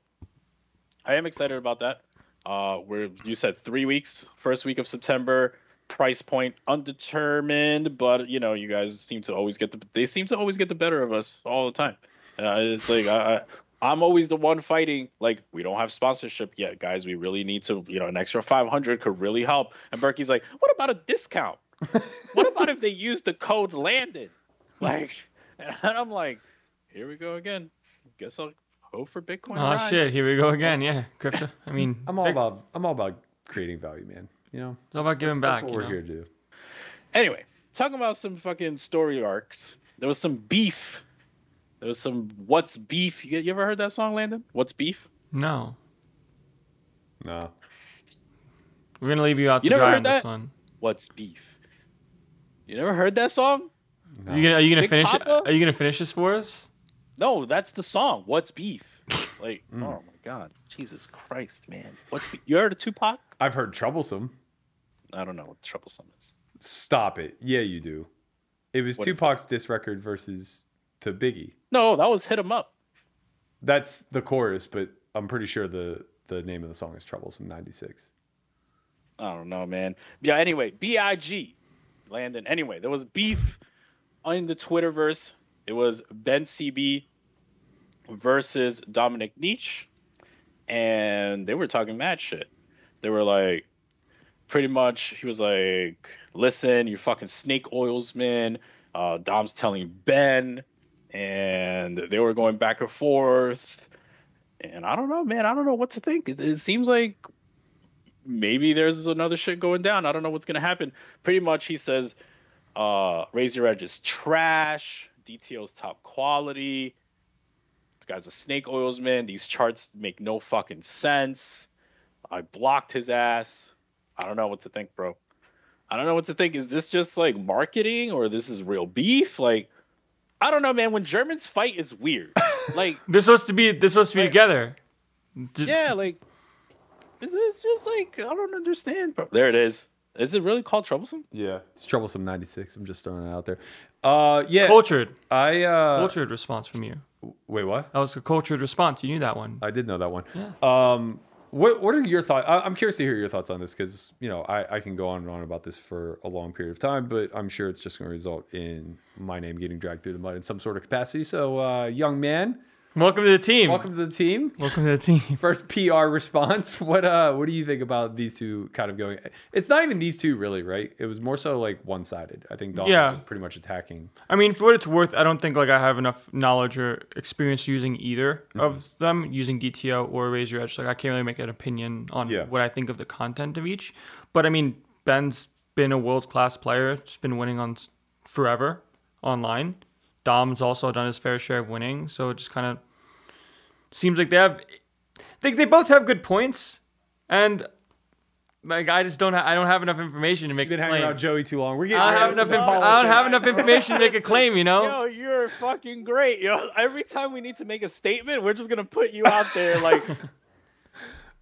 I am excited about that. Uh, where you said three weeks, first week of September, price point undetermined, but you know you guys seem to always get the they seem to always get the better of us all the time. Uh, it's like I, I- I'm always the one fighting. Like we don't have sponsorship yet, guys. We really need to, you know, an extra 500 could really help. And Berkey's like, what about a discount? what about if they use the code Landon? Like, and I'm like, here we go again. Guess I'll hope for Bitcoin.
Oh
rise.
shit, here we go again. Yeah, crypto. I mean,
I'm all about I'm all about creating value, man. You know,
it's all about giving
that's
back.
what
you
we're
know?
here to do.
Anyway, talking about some fucking story arcs. There was some beef. There was some what's beef. You, you ever heard that song, Landon? What's beef?
No,
No,
we're gonna leave you out
You
to
never
dry
heard
on this
that?
one.
What's beef? You never heard that song?
Are you gonna are you gonna
Big
finish?
Papa?
Are you gonna finish this for us?
No, that's the song. What's beef? Like,
Mm.
oh my god, Jesus Christ, man. What's beef? You heard of Tupac?
I've heard troublesome.
I don't know what troublesome is.
Stop it. Yeah, you do. It was
What is
Tupac's diss record versus to Biggie.
No, that was hit 'em up.
That's the chorus, but I'm pretty sure the the name of the song is Troublesome '96.
I don't know, man. Yeah, anyway, B.I.G. Landon. Anyway, there was beef on the Twitterverse. It was Ben CB versus Dominic Nietzsche. And they were talking mad shit. They were like, pretty much, he was like, listen, you fucking snake oilsman. Uh, Dom's telling Ben. And they were going back and forth. And I don't know, man. I don't know what to think. It, it seems like maybe there's another shit going down. I don't know what's gonna happen. Pretty much, he says, Uh, Raise Your Edge is trash. DTO's top quality. This guy's a snake oilsman. These charts make no fucking sense. I blocked his ass. I don't know what to think, bro. I don't know what to think. Is this just like marketing or this is real beef? Like, I don't know, man. When Germans fight, it's weird. Like,
They're supposed to be. They're supposed to be together. D-
yeah, like it's just like I don't understand, bro. There it is. Is it really called troublesome?
Yeah. It's troublesome 96. I'm just throwing it out there. Uh yeah.
Cultured.
I uh
Cultured response from you.
Wait, what?
That was a cultured response. You knew that one.
I did know that one. Um, what what are your thoughts? I, I'm curious to hear your thoughts on this because you know I, I can go on and on about this for a long period of time, but I'm sure it's just going to result in my name getting dragged through the mud in some sort of capacity. So, uh, young man,
Welcome to the team.
welcome to the team.
Welcome to the team.
First PR response. What uh what do you think about these two kind of going? It's not even these two really, right? It was more so like one sided. I think Don
Yeah.
was pretty much attacking.
I mean, for what it's worth, I don't think like I have enough knowledge or experience using either of
Mm-hmm.
them, using DTO or Razor Edge. Like I can't really make an opinion on
Yeah.
what I think of the content of each. But I mean, Ben's been a world class player. He's been winning on s- forever online. Dom's also done his fair share of winning, so it just kind of seems like they have. They they both have good points, and like I just don't ha- I don't have enough information to make
Been
a
hanging
claim.
out Joey too long. We're getting
I don't have enough. Inf- I don't have enough information to make a claim. You know.
Yo, you're fucking great, yo. Every time we need to make a statement, we're just gonna put you out there like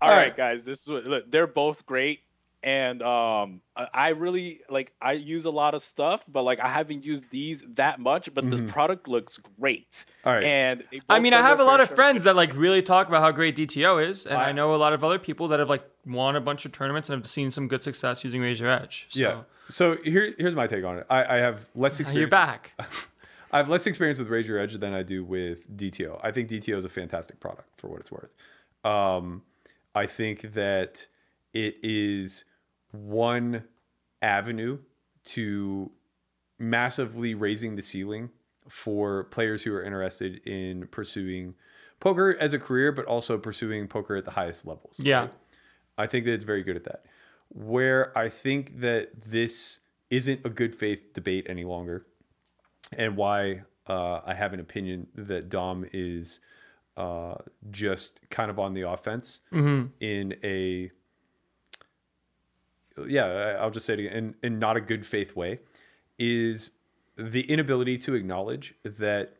All right, guys, this is what look, they're both great. And um I- I really like I use a lot of stuff, but like I haven't used these that much, but this product looks great.
All right.
And they
I
both
mean,
done
I have a
their
lot
fair
of
share
friends that like really talk about how great DTO is, and I,
I-
know a lot of other people that have like won a bunch of tournaments and have seen some good success using Razor Edge. So
Yeah. So here, here's my take on it. I, I have less
now
experience.
you're back.
I have less experience with Razor Edge than I do with DTO. I think DTO is a fantastic product for what it's worth. Um, I think that it is one avenue to massively raising the ceiling for players who are interested in pursuing poker as a career, but also pursuing poker at the highest levels.
Yeah.
I think that it's very good at that. Where I think that this isn't a good faith debate any longer, and why uh, I have an opinion that Dom is uh, just kind of on the offense in a yeah, I- I'll just say it again, in, in not a good faith way, is the inability to acknowledge that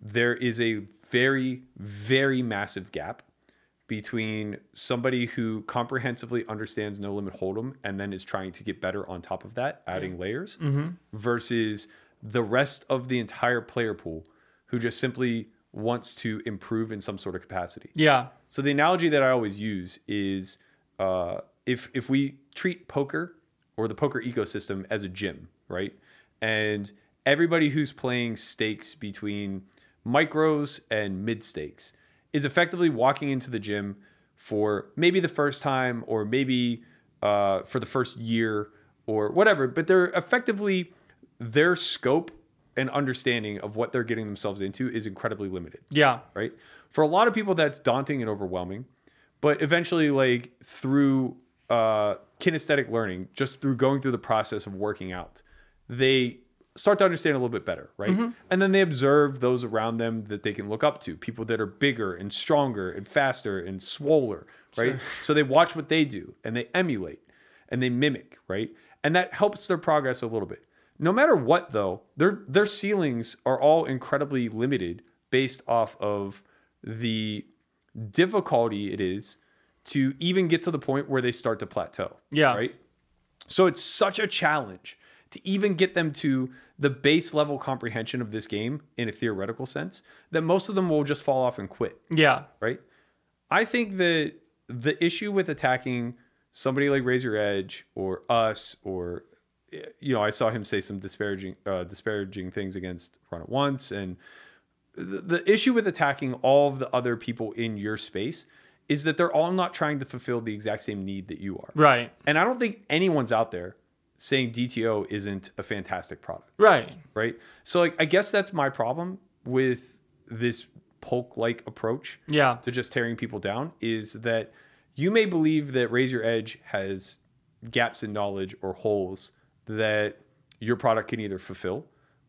there is a very, very massive gap between somebody who comprehensively understands no limit hold'em and then is trying to get better on top of that, adding layers, versus the rest of the entire player pool who just simply wants to improve in some sort of capacity.
Yeah.
So the analogy that I always use is uh, if if we treat poker or the poker ecosystem as a gym, right? And everybody who's playing stakes between micros and mid stakes is effectively walking into the gym for maybe the first time or maybe uh, for the first year or whatever, but they're effectively their scope and understanding of what they're getting themselves into is incredibly limited
Yeah.
right? For a lot of people, that's daunting and overwhelming. But eventually, like through uh, kinesthetic learning, just through going through the process of working out, they start to understand a little bit better, right? And then they observe those around them that they can look up to, people that are bigger and stronger and faster and swoller, right? So they watch what they do and they emulate and they mimic, right? And that helps their progress a little bit. No matter what though, their their ceilings are all incredibly limited based off of the difficulty it is to even get to the point where they start to plateau.
Yeah.
Right? So it's such a challenge to even get them to the base level comprehension of this game in a theoretical sense that most of them will just fall off and quit
Yeah.
right? I think that the issue with attacking somebody like Razor Edge or us or you know, I saw him say some disparaging uh, disparaging things against Run at Once, and the, the issue with attacking all of the other people in your space is that they're all not trying to fulfill the exact same need that you are.
Right.
And I don't think anyone's out there saying DTO isn't a fantastic product
Right.
right? So like I guess that's my problem with this poke like approach
Yeah.
to just tearing people down is that you may believe that Razor Edge has gaps in knowledge or holes that your product can either fulfill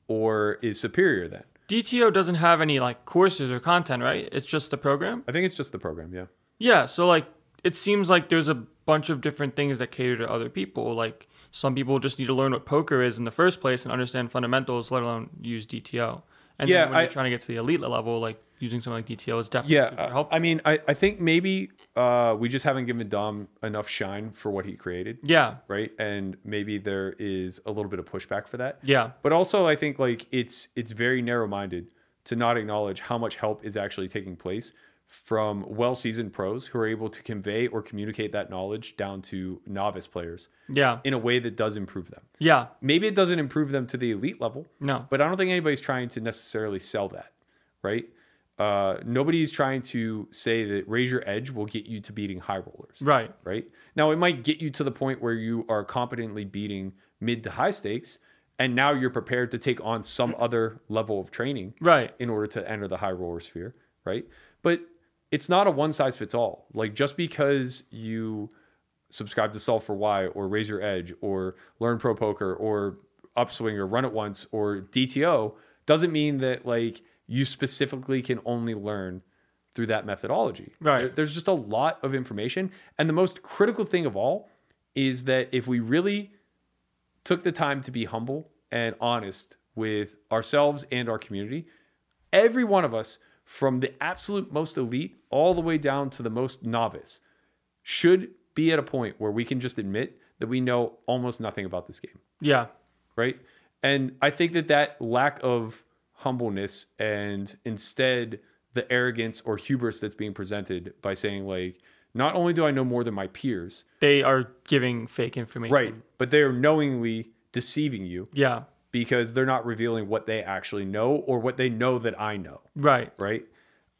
or is superior then.
DTO doesn't have any like courses or content, right? It's just the program.
I think it's just the program, yeah.
Yeah, so like it seems like there's a bunch of different things that cater to other people. Like some people just need to learn what poker is in the first place and understand fundamentals, let alone use DTO. And
Yeah,
then when
I-
you're trying to get to the elite level, like using something like DTO is definitely
Yeah, uh,
super
I-
helpful.
I mean, I, I think maybe uh, we just haven't given Dom enough shine for what he created.
Yeah.
Right. And maybe there is a little bit of pushback for that.
Yeah.
But also, I think like it's it's very narrow minded to not acknowledge how much help is actually taking place from well seasoned pros who are able to convey or communicate that knowledge down to novice players.
Yeah.
In a way that does improve them.
Yeah.
Maybe it doesn't improve them to the elite level.
No.
But I don't think anybody's trying to necessarily sell that, right? Uh, nobody's trying to say that raise your edge will get you to beating high rollers.
Right.
Right. Now it might get you to the point where you are competently beating mid to high stakes, and now you're prepared to take on some other level of training.
Right.
In order to enter the high roller sphere. Right. But it's not a one size fits all. Like just because you subscribe to Solve for Why or Raise Your Edge or Learn Pro Poker or Upswing or Run It Once or DTO doesn't mean that like you specifically can only learn through that methodology.
Right.
There- There's just a lot of information. And the most critical thing of all is that if we really took the time to be humble and honest with ourselves and our community, every one of us, from the absolute most elite all the way down to the most novice, should be at a point where we can just admit that we know almost nothing about this game,
Yeah.
right? And I think that that lack of humbleness and instead the arrogance or hubris that's being presented by saying like, not only do I know more than my peers,
They are giving fake information.
right, but they are knowingly deceiving you
Yeah.
because they're not revealing what they actually know or what they know that I know
Right.
right?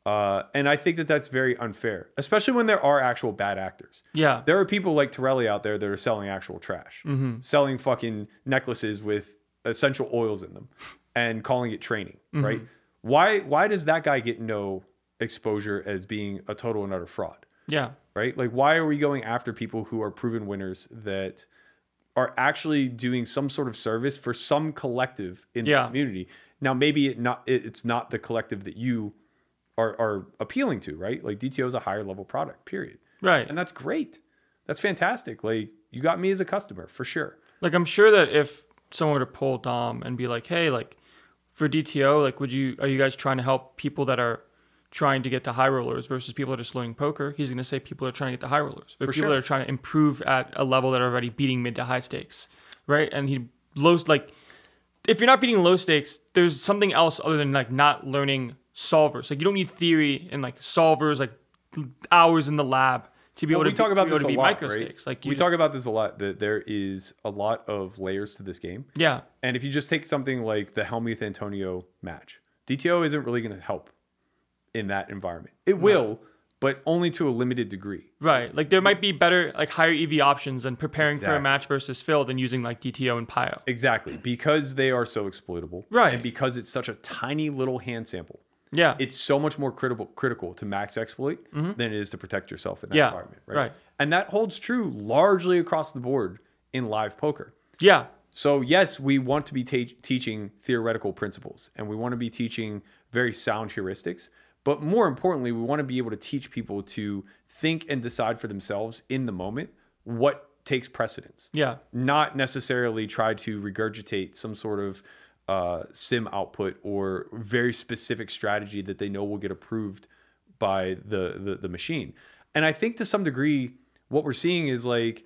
Uh, and I think that that's very unfair, especially when there are actual bad actors.
Yeah.
There are people like Torelli out there that are selling actual trash,
Mhm.
selling fucking necklaces with essential oils in them and calling it training,
Mhm.
right? Why, why does that guy get no exposure as being a total and utter fraud?
Yeah.
right? Like, why are we going after people who are proven winners that are actually doing some sort of service for some collective in
Yeah.
the community? Now, maybe it not it- it's not the collective that you are are appealing to, right? Like DTO is a higher level product, period.
Right.
And that's great. That's fantastic. Like you got me as a customer for sure.
Like I'm sure that if someone were to pull Dom and be like, "Hey, like for DTO, like would you are you guys trying to help people that are trying to get to high rollers versus people that are just learning poker?" He's going to say people that are trying to get to high rollers or
For
people
sure.
that are trying to improve at a level that are already beating mid to high stakes, right? And he low like if you're not beating low stakes, there's something else other than like not learning solvers. Like you don't need theory and like solvers like hours in the lab to be
Well,
able to
we talk
be-
about
to be able
this
to
a
be
lot,
micro
right?
stakes. Like you
we
just-
talk about this a lot that there is a lot of layers to this game.
Yeah.
And if you just take something like the Helmuth Antonio match, DTO isn't really going to help in that environment. It will, but only to a limited degree.
Right. Like there might be better, like higher EV options than preparing for a
Exactly.
match versus Phil than using like DTO and Pio.
Exactly, because they are so exploitable.
Right.
And because it's such a tiny little hand sample.
Yeah.
It's so much more critical critical to max exploit
Mhm.
than it is to protect yourself in that
Yeah,
environment, right?
right.
And that holds true largely across the board in live poker.
Yeah.
So, yes, we want to be ta- teaching theoretical principles and we want to be teaching very sound heuristics. But more importantly, we want to be able to teach people to think and decide for themselves in the moment what takes precedence,
Yeah.
not necessarily try to regurgitate some sort of uh, sim output or very specific strategy that they know will get approved by the, the, the machine. And I think to some degree, what we're seeing is like,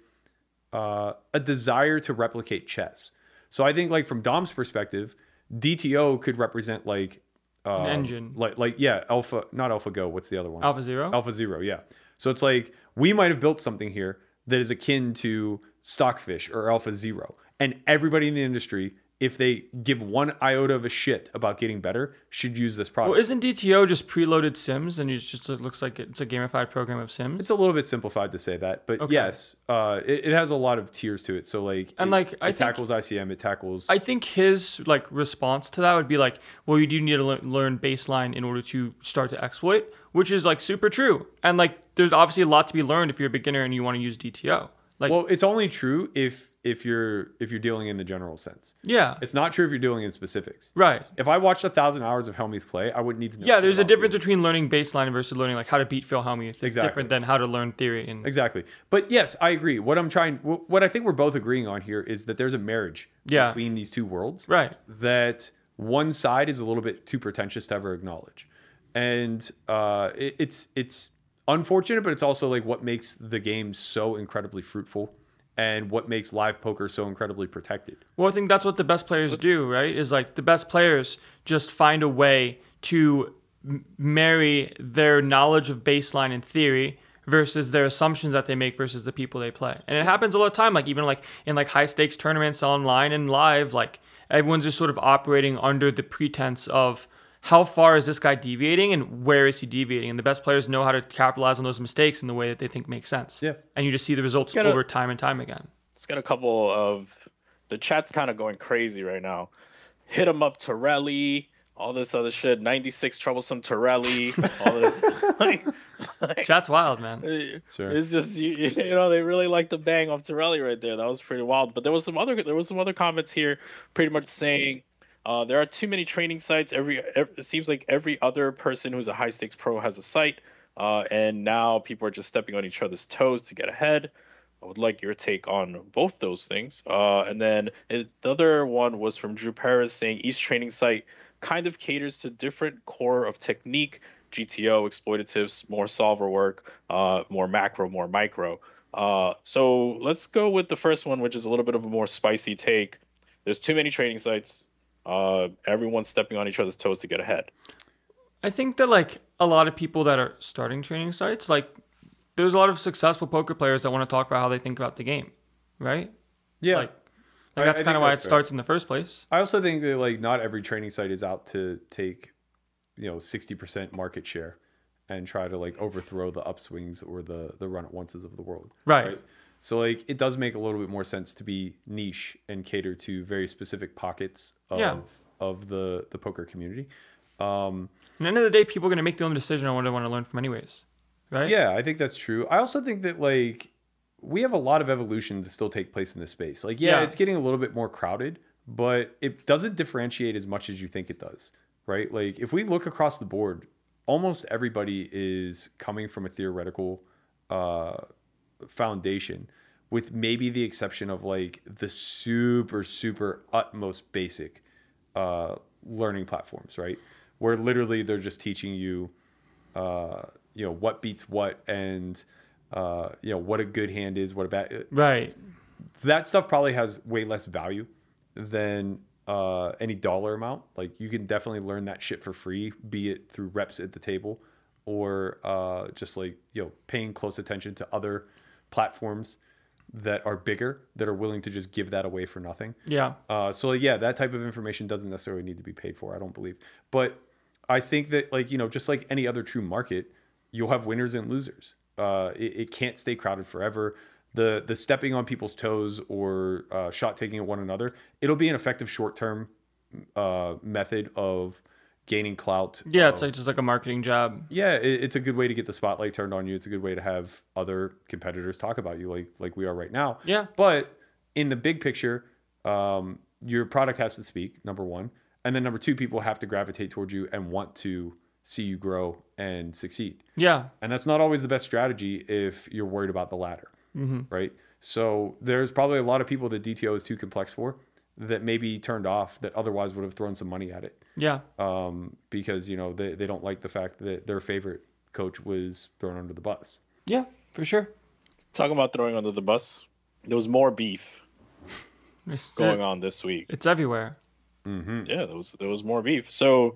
uh, a desire to replicate chess. So I think like from Dom's perspective, DTO could represent like um,
engine.
like like yeah, Alpha, not AlphaGo. What's the other one?
AlphaZero?
Alpha Zero, yeah. So it's like we might have built something here that is akin to Stockfish or Alpha Zero, and everybody in the industry, if they give one iota of a shit about getting better, should use this product.
Well, isn't DTO just preloaded Sims and it just it looks like it's a gamified program of Sims?
it's a little bit simplified to say that, but
Okay.
yes, uh, it, it has a lot of tiers to it. So like,
And,
it-
like,
it
I think-
tackles ICM, it tackles
I think his like response to that would be like, well, you do need to lear- learn baseline in order to start to exploit, which is like super true. And like, there's obviously a lot to be learned if you're a beginner and you want to use DTO. Like,
well, it's only true if if you're if you're dealing in the general sense.
Yeah.
It's not true if you're dealing in specifics.
Right.
If I watched a thousand hours of Helmuth play, I wouldn't need to know.
yeah,
shit
there's a
about it.
difference between learning baseline versus learning like how to beat Phil Hellmuth. It's
Exactly.
different than how to learn theory and
Exactly. But yes, I agree. What I'm trying, wh- what I think we're both agreeing on here is that there's a marriage
Yeah.
between these two worlds.
Right.
That one side is a little bit too pretentious to ever acknowledge, and uh, it, it's it's unfortunate, but it's also like what makes the game so incredibly fruitful, and what makes live poker so incredibly protected.
Well, I think that's what the best players do, right? Is like the best players just find a way to m- marry their knowledge of baseline and theory versus their assumptions that they make versus the people they play. And it happens all the time, like even like in like high stakes tournaments online and live, like everyone's just sort of operating under the pretense of how far is this guy deviating and where is he deviating? And the best players know how to capitalize on those mistakes in the way that they think makes sense.
Yeah.
And you just see the results
Gotta-
over time and time again.
Let's get a couple of the chat's kind of going crazy right now. Hit him up, Torelli. All this other shit. 96 troublesome Torelli. all this.
Chat's wild, man.
Sure.
It's just you, you know they really like the bang off Torelli right there. That was pretty wild. But there was some other there was some other comments here, pretty much saying uh, there are too many training sites. Every, ev it seems like every other person who's a high stakes pro has a site, uh, and now people are just stepping on each other's toes to get ahead. I would like your take on both those things. Uh, and then it, the other one was from Drew Paris saying each training site kind of caters to different core of technique, GTO, exploitatives, more solver work, uh, more macro, more micro. Uh, so let's go with the first one, which is a little bit of a more spicy take. There's too many trading sites. Uh, everyone's stepping on each other's toes to get ahead.
I think that like a lot of people that are starting training sites, like there's a lot of successful poker players that want to talk about how they think about the game, right?
Yeah.
Like,
I-
like that's
I
kind of
think
why it
that's fair.
starts in the first place.
I also think that like not every training site is out to take, you know, sixty percent market share, and try to like overthrow the upswings or the the run at onces of the world.
Right.
So like it does make a little bit more sense to be niche and cater to very specific pockets of
Yeah.
of the the poker community. Um,
And at the end of the day, people are gonna make their own decision on what they want to learn from, anyways, right?
yeah, I think that's true. I also think that like we have a lot of evolution to still take place in this space. Like, yeah,
Yeah.
it's getting a little bit more crowded, but it doesn't differentiate as much as you think it does, right? Like, if we look across the board, almost everybody is coming from a theoretical uh, foundation, with maybe the exception of like the super, super utmost basic uh, learning platforms, right? Where literally they're just teaching you uh, you know what beats what and uh, you know what a good hand is, what a bad.
Right.
That stuff probably has way less value than uh, any dollar amount. Like you can definitely learn that shit for free, be it through reps at the table or uh, just like you know paying close attention to other platforms that are bigger that are willing to just give that away for nothing.
Yeah.
Uh, so yeah, that type of information doesn't necessarily need to be paid for. I don't believe, but I think that like you know, just like any other true market, you'll have winners and losers. Uh, it, it can't stay crowded forever. The the stepping on people's toes or uh, shot taking at one another, it'll be an effective short term uh, method of gaining clout.
Yeah, it's like just like a marketing job.
Yeah, it, it's a good way to get the spotlight turned on you. It's a good way to have other competitors talk about you, like like we are right now.
Yeah.
But in the big picture, um, your product has to speak. Number one, and then number two, people have to gravitate toward you and want to see you grow and succeed.
Yeah.
And that's not always the best strategy if you're worried about the latter,
Mhm.
right? So there's probably a lot of people that DTO is too complex for that may be turned off that otherwise would have thrown some money at it
Yeah.
um, because you know they, they don't like the fact that their favorite coach was thrown under the bus.
Yeah, for sure.
Talking about throwing under the bus, there was more beef
It's,
going on this week.
It's everywhere.
Yeah, there was there was more beef. So,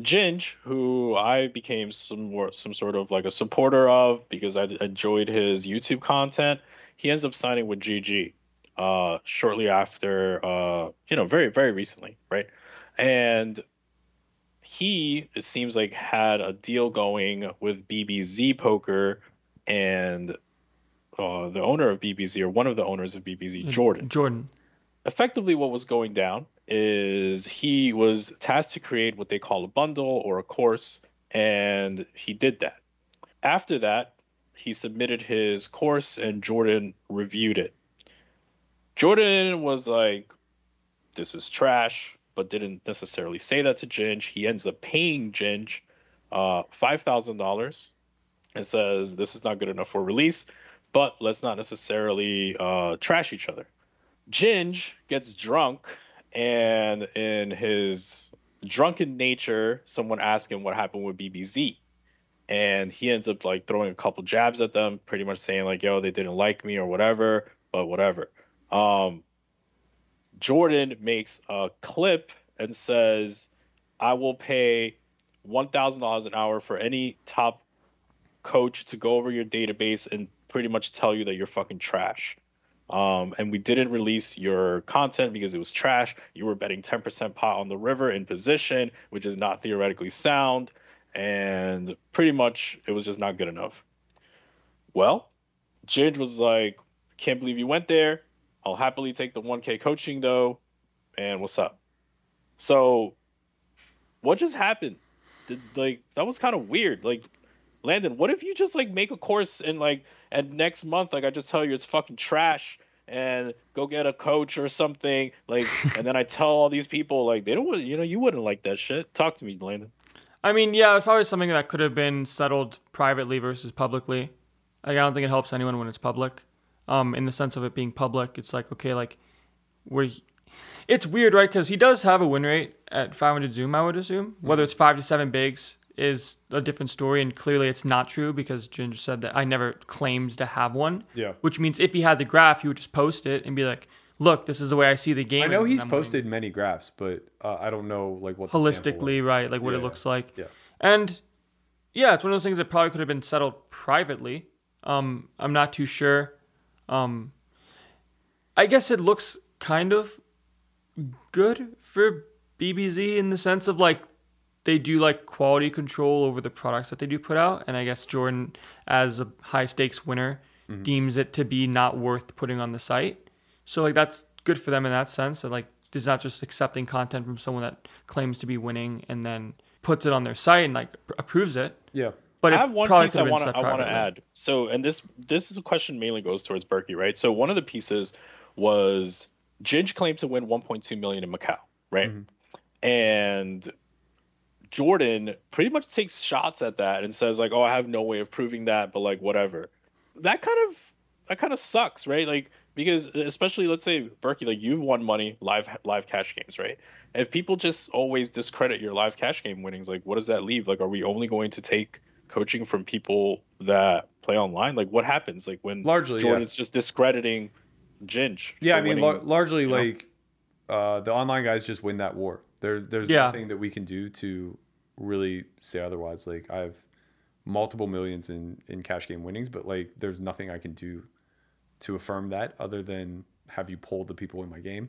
Ginge, who I became some more some sort of like a supporter of because I enjoyed his YouTube content, he ends up signing with GG uh, shortly after, uh, you know, very very recently, right? And he it seems like had a deal going with BBZ Poker and uh, the owner of BBZ or one of the owners of BBZ, Jordan
Jordan.
effectively what was going down is he was tasked to create what they call a bundle or a course and he did that after that he submitted his course and jordan reviewed it Jordan was like, "This is trash," but didn't necessarily say that to Ginge. He ends up paying Ginge uh, five thousand dollars and says, "This is not good enough for release, but let's not necessarily uh, trash each other." Ginge gets drunk, and in his drunken nature, someone asks him what happened with BBZ and he ends up like throwing a couple jabs at them, pretty much saying like, "Yo, they didn't like me or whatever," but whatever. Um, Jordan makes a clip and says, "I will pay one thousand dollars an hour for any top coach to go over your database and pretty much tell you that you're fucking trash." Um, and we didn't release your content because it was trash. You were betting 10% pot on the river in position, which is not theoretically sound and pretty much it was just not good enough. Well, Ginge was like, "Can't believe you went there. I'll happily take the 1K coaching though." And what's up? So, what just happened? Did, like that was kind of weird. Like, Landon, what if you just like make a course and like and next month like I just tell you it's fucking trash and go get a coach or something like and then I tell all these people like they don't you know you wouldn't like that shit. Talk to me, Landon.
I mean, yeah, it's probably something that could have been settled privately versus publicly. Like, I don't think it helps anyone when it's public. Um, in the sense of it being public, it's like okay, like we're. It's weird, right? Because he does have a win rate at 500 zoom. I would assume
Mm-hmm.
whether it's five to seven bigs is a different story, and clearly it's not true because Ginger said that I never claims to have one.
Yeah.
Which means if he had the graph, he would just post it and be like, "Look, this is the way I see the game."
I know
and
he's
I'm winning."
posted many graphs, but uh, I don't know like what the sample
holistically,
was.
right? Like what
Yeah.
it looks like.
Yeah.
And yeah, it's one of those things that probably could have been settled privately. Um, I'm not too sure. Um, I guess it looks kind of good for BBZ in the sense of like they do like quality control over the products that they do put out, and I guess Jordan, as a high stakes winner,
Mm-hmm.
deems it to be not worth putting on the site. So like that's good for them in that sense that like is not just accepting content from someone that claims to be winning and then puts it on their site and like approves it.
Yeah.
But it
I have one
probably
piece
could
I
have been
want
set
to I want to
privately.
add. So, and this this is a question mainly goes towards Berkey, right? So, one of the pieces was Ginge claimed to win 1.2 million in Macau, right? Mm-hmm. And Jordan pretty much takes shots at that and says like, "Oh, I have no way of proving that, but like whatever." That kind of that kind of sucks, right? Like because especially let's say Berkey, like you won money live live cash games, right? If people just always discredit your live cash game winnings, like what does that leave? Like, are we only going to take coaching from people that play online? Like, what happens? Like when
Largely, yeah.
Jordan's just discrediting Ginge.
Yeah,
for
I mean,
winning-
lar- largely
you know?
like uh, the online guys just win that war. There's there's
Yeah.
nothing that we can do to really say otherwise. Like I have multiple millions in in cash game winnings, but like there's nothing I can do to affirm that other than have you poll the people in my game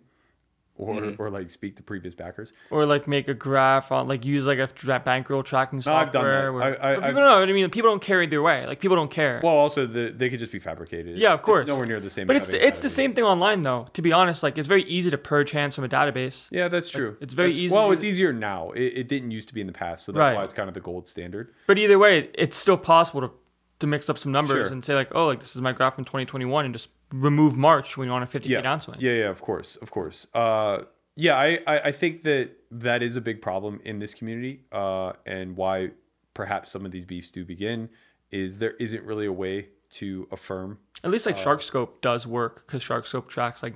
or or like speak to previous backers.
Or like make a graph on like use like a dra- bankroll tracking software.
I've done that.
where-
I- I-
but
I've-
people don't know. I mean, people don't care either way. Like people don't care.
Well, also the, they could just be fabricated.
yeah, of
It's
course.
nowhere near the same.
But it's
having
the, it's the
categories.
same thing online though. To be honest, like it's very easy to purge hands from a database.
Yeah, that's true.
it's very
That's-
easy
Well,
to-
it's easier now. It, it didn't used to be in the past, so that's
Right.
why it's kind of the gold standard.
But either way, it's still possible to to mix up some numbers
Sure.
and say like, oh, like this is my graph from 2021, and just remove March when you're on a 50k
yeah.
downswing.
Yeah, yeah, of course, of course. Uh, yeah, I, I, I think that that is a big problem in this community, uh, and why perhaps some of these beefs do begin is there isn't really a way to affirm.
At least like
Uh,
SharkScope does work because SharkScope tracks like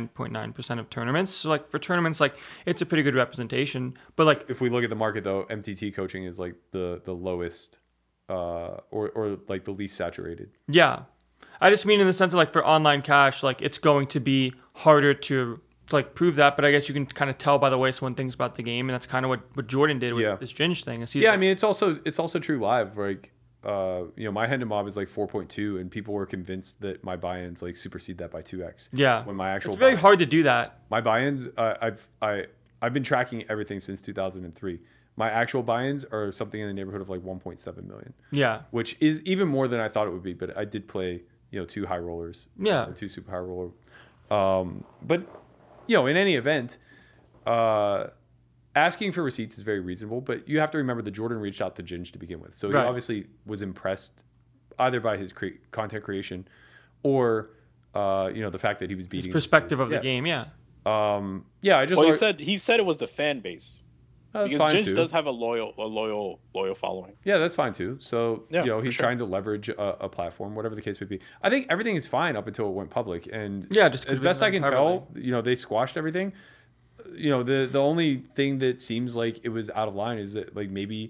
99.9% of tournaments. So like for tournaments, like it's a pretty good representation. But like
If we look at the market though, MTT coaching is like the the lowest, uh, or or like the least saturated.
yeah, I just mean in the sense of like for online cash, like it's going to be harder to to, like prove that. But I guess you can kind of tell by the way someone thinks about the game, and that's kind of what what Jordan did with
Yeah.
this Ginge thing. Is he's
yeah, I
like,
mean it's also it's also true live. Like, uh, you know, my hand to mob is like four point two, and people were convinced that my buy-ins like supersede that by two x.
yeah.
when my actual
it's very
buy-in-
hard to do that.
My buy-ins, uh, I've I I've been tracking everything since 2003. My actual buy-ins are something in the neighborhood of like 1.7 million,
Yeah,
which is even more than I thought it would be. But I did play, you know, two high rollers,
Yeah.
or two super high roller. Um, but you know, in any event, uh, asking for receipts is very reasonable. But you have to remember that Jordan reached out to Ginge to begin with, so
Right.
he obviously was impressed either by his cre- content creation or Uh, you know, the fact that he was beating
perspective of the game, yeah.
Um, yeah, I just
well, he
ar-
said he said it was the fan base.
That's
because
fine,
Ginge
too.
does have a loyal, a loyal, loyal following.
Yeah, that's fine too. So
Yeah,
you know,
for
he's
sure.
trying to leverage a, a platform, whatever the case may be. I think everything is fine up until it went public, and
Yeah, just 'cause
as
we
best I
didn't
can
have
tell, you know, they squashed everything. You know, the the only thing that seems like it was out of line is that like maybe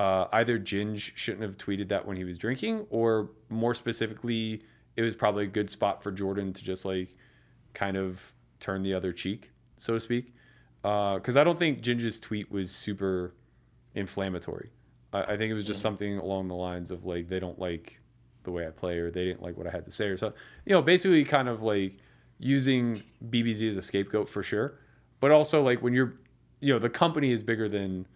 uh, either Ginge shouldn't have tweeted that when he was drinking, or more specifically, it was probably a good spot for Jordan to just like kind of turn the other cheek, so to speak. Because I don't think Ginger's tweet was super inflammatory. I, I think it was just something along the lines of like they don't like the way I play or they didn't like what I had to say or so. You know, basically kind of like using BBZ as a scapegoat for sure, but also like when you're, you know, the company is bigger than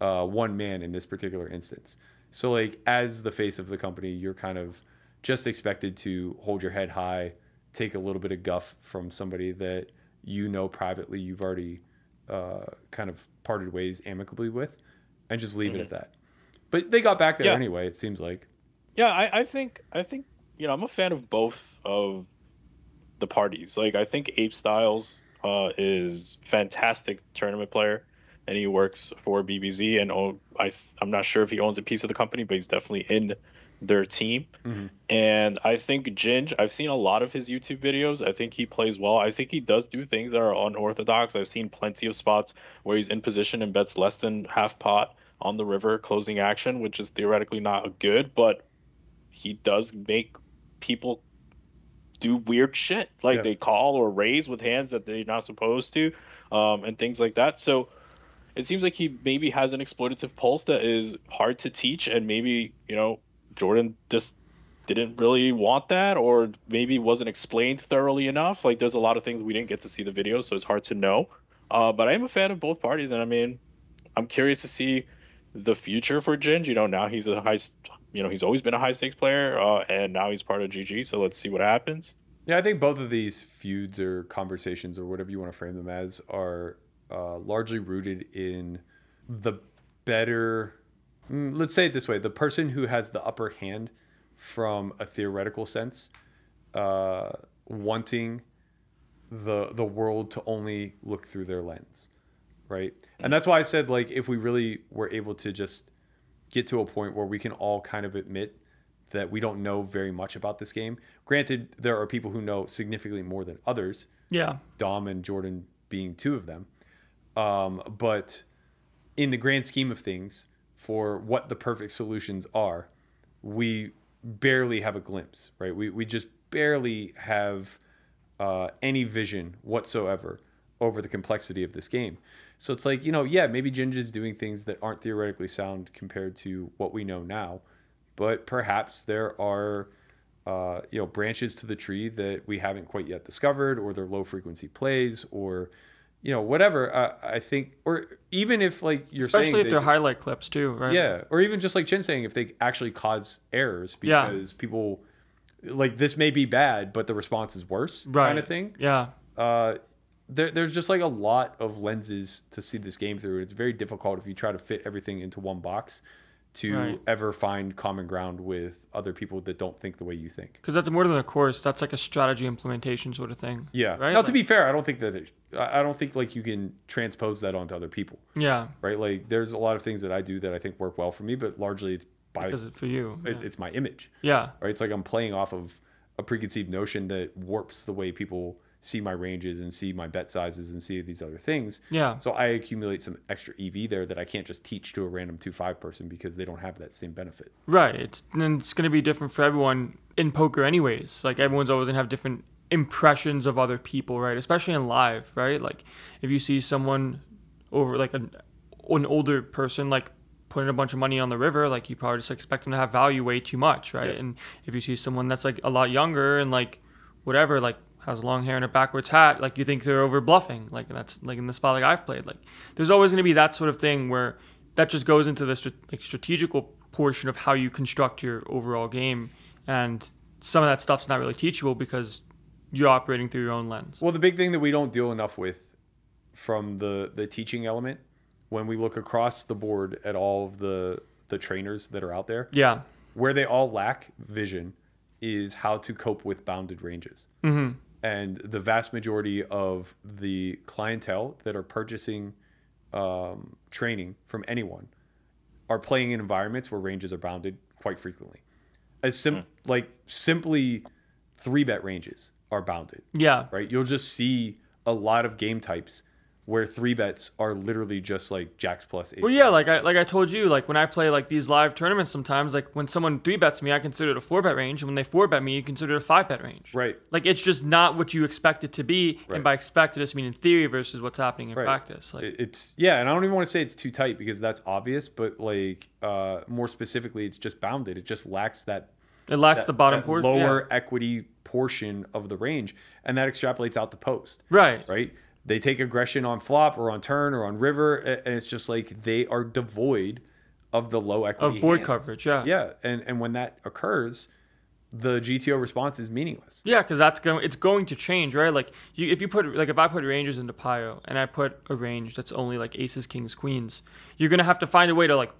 uh, one man in this particular instance. So like as the face of the company, you're kind of just expected to hold your head high, take a little bit of guff from somebody that you know privately you've already uh, kind of parted ways amicably with, and just leave it at that. But they got back there
Yeah.
anyway. It seems like.
Yeah, I, I think I think you know I'm a fan of both of the parties. Like I think Ape Styles uh, is fantastic tournament player, and he works for BBZ. And own, I I'm not sure if he owns a piece of the company, but he's definitely in their team. And I think Ginge, I've seen a lot of his YouTube videos. I think he plays well. I think he does do things that are unorthodox. I've seen plenty of spots where he's in position and bets less than half pot on the river closing action, which is theoretically not good, but he does make people do weird shit. Like
Yeah.
they call or raise with hands that they're not supposed to, um, and things like that. So it seems like he maybe has an exploitative pulse that is hard to teach, and maybe, you know, Jordan just didn't really want that or maybe wasn't explained thoroughly enough. Like there's a lot of things we didn't get to see the video, so it's hard to know. Uh, but I am a fan of both parties, and I mean, I'm curious to see the future for Ginge. You know, now he's a high, you know, he's always been a high stakes player, uh, and now he's part of GG. So let's see what happens.
Yeah, I think both of these feuds or conversations or whatever you want to frame them as are uh, largely rooted in the better. mm, Let's say it this way: the person who has the upper hand, from a theoretical sense, uh, wanting the the world to only look through their lens, right? And that's why I said like if we really were able to just get to a point where we can all kind of admit that we don't know very much about this game. Granted, there are people who know significantly more than others.
Yeah.
Dom and Jordan being two of them. Um, but in the grand scheme of things, for what the perfect solutions are, we barely have a glimpse, right? We, we just barely have uh, any vision whatsoever over the complexity of this game. So it's like, you know, yeah, maybe Ginge is doing things that aren't theoretically sound compared to what we know now, but perhaps there are uh, you know branches to the tree that we haven't quite yet discovered or they're low frequency plays or you know whatever I, I think or even if like you're
Especially
saying
if
they
they're
just-
highlight clips too, right?
yeah or even just like chin saying if they actually cause errors
Yeah.
because people like this may be bad but the response is worse kind of
Right.
thing
Yeah.
uh, there, there's just like a lot of lenses to see this game through. It's very difficult if you try to fit everything into one box to
Right.
ever find common ground with other people that don't think the way you think.
Because that's more than a course. That's like a strategy implementation sort of thing.
Yeah.
Right?
Now, to
Like-
be fair, I don't think that it, I I don't think like you can transpose that onto other people,
Yeah.
right? Like there's a lot of things that I do that I think work well for me, but largely it's by
Because it- for you.
it,
yeah.
it's my image.
Yeah.
Right? It's like I'm playing off of a preconceived notion that warps the way people see my ranges and see my bet sizes and see these other things.
Yeah.
So I accumulate some extra EV there that I can't just teach to a random two five person because they don't have that same benefit.
Right. It's and it's gonna be different for everyone in poker, anyways. Like everyone's always gonna have different impressions of other people, right? Especially in live, right? Like if you see someone over like an an older person like putting a bunch of money on the river, like you probably just expect them to have value way too much, right?
Yeah.
And if you see someone that's like a lot younger and like whatever, like has long hair and a backwards hat, like you think they're over bluffing. Like that's like in the spot like I've played. Like there's always going to be that sort of thing where that just goes into the str- like strategical portion of how you construct your overall game, and some of that stuff's not really teachable because you're operating through your own lens.
Well, the big thing that we don't deal enough with from the the teaching element when we look across the board at all of the the trainers that are out there
Yeah,
where they all lack vision is how to cope with bounded ranges.
Mhm.
And the vast majority of the clientele that are purchasing um, training from anyone are playing in environments where ranges are bounded quite frequently. As sim- like simply three bet ranges are bounded.
Yeah.
Right? You'll just see a lot of game types where three bets are literally just like jacks plus ace.
Well, yeah, like I like I told you, like when I play like these live tournaments, sometimes like when someone three bets me, I consider it a four bet range, and when they four bet me, you consider it a five bet range.
Right.
Like it's just not what you expect it to be,
Right.
and by expect I just mean in theory versus what's happening in practice. Like
It- it's yeah, and I don't even want to say it's too tight because that's obvious, but like uh more specifically, it's just bounded. It just lacks that.
It lacks
that-
the bottom
that
por- yeah.
lower equity portion of the range, and that extrapolates out to post.
Right.
Right. They take aggression on flop or on turn or on river, a- and it's just like they are devoid of the low equity
Of board
hands.
coverage, yeah.
Yeah, and and when that occurs, the GTO response is meaningless.
Yeah, because that's going. It's going to change, right? Like you, if you put like if I put ranges into Pio and I put a range that's only like aces, kings, queens, you're gonna have to find a way to like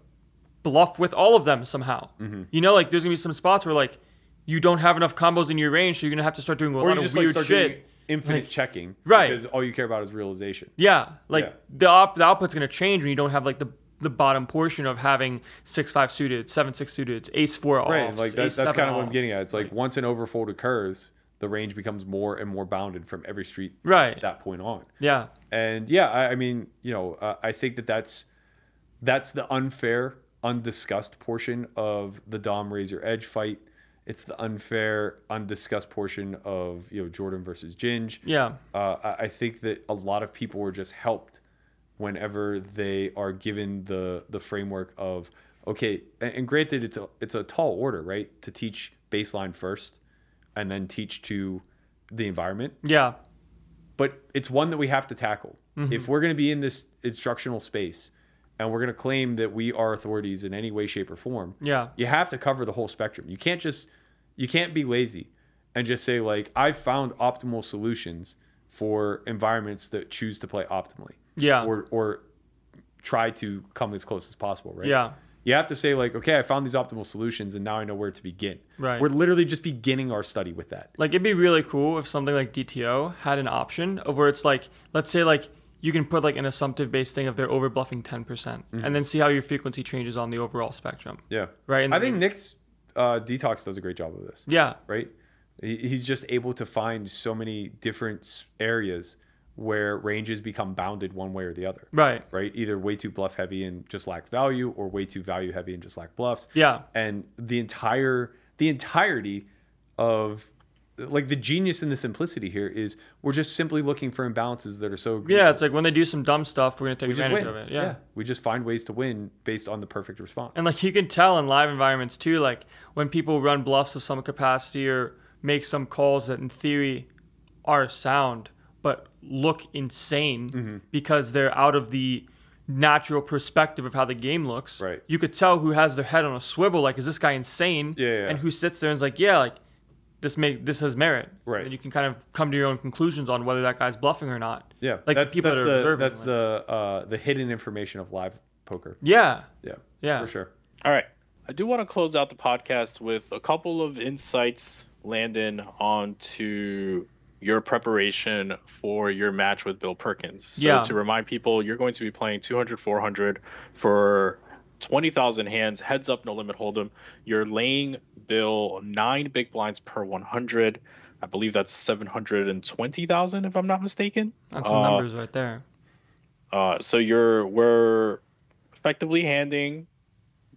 bluff with all of them somehow.
Mhm.
You know, like there's gonna be some spots where like you don't have enough combos in your range, so you're gonna have to start doing a
Or
lot
you
of
just like
weird
start
shit.
doing infinite
Like,
checking,
Right.
Because all you care about is realization.
Yeah, like
Yeah.
the op- the output's gonna change when you don't have like the the bottom portion of having six five suited, seven six suited, ace four offs,
right and like that, that's
ace seven
kind of what i'm
offs.
getting at it's like, once an overfold occurs the range becomes more and more bounded from every street
Right.
at that point on
Yeah.
and yeah i, I mean you know uh, i think that that's that's the unfair undiscussed portion of the dom razor edge fight it's the unfair undiscussed portion of you know jordan versus ginge
Yeah.
uh, I, I think that a lot of people were just helped whenever they are given the the framework of okay and, and granted it's a it's a tall order right to teach baseline first and then teach to the environment
Yeah.
but it's one that we have to tackle
Mhm.
if we're going to be in this instructional space and we're going to claim that we are authorities in any way shape or form
Yeah.
you have to cover the whole spectrum. You can't just you can't be lazy and just say like I've found optimal solutions for environments that choose to play optimally.
Yeah.
Or or try to come as close as possible, right?
Yeah.
You have to say like, okay, I found these optimal solutions and now I know where to begin.
Right.
We're literally just beginning our study with that.
Like it'd be really cool if something like DTO had an option of where it's like, let's say like you can put like an assumptive based thing of they're over bluffing 10% percent
Mhm.
and then see how your frequency changes on the overall spectrum.
Yeah.
Right, and
I think Nick's uh, detox does a great job of this.
Yeah.
Right. He- He's just able to find so many different s- areas where ranges become bounded one way or the other.
Right.
Right. Either way too bluff heavy and just lack value, or way too value heavy and just lack bluffs.
Yeah.
And the entire the entirety of like the genius and the simplicity here is we're just simply looking for imbalances that are so
Yeah, it's like when they do some dumb stuff, we're gonna take
we just
advantage
win.
of it. yeah.
We just find ways to win based on the perfect response.
And like you can tell in live environments too, like when people run bluffs of some capacity or make some calls that in theory are sound but look insane
Mhm.
because they're out of the natural perspective of how the game looks.
Right.
You could tell who has their head on a swivel, like, is this guy insane?
Yeah, yeah, yeah.
And who sits there and is like, yeah, like this make this has merit.
Right.
And you can kind of come to your own conclusions on whether that guy's bluffing or not.
Yeah,
Like
that's,
the people
that's
that are
the,
observing.
That's
like-
the uh, the hidden information of live poker.
Yeah.
yeah,
Yeah.
for sure.
All right. I do want to close out the podcast with a couple of insights, Landon, onto your preparation for your match with Bill Perkins. So
Yeah.
to remind people, you're going to be playing 200, 400 for 20,000 hands, heads up, no limit hold'em. You're laying Bill nine big blinds per 100. I believe that's 720,000, if I'm not mistaken.
That's some
Uh,
numbers right there.
uh, so you're we're effectively handing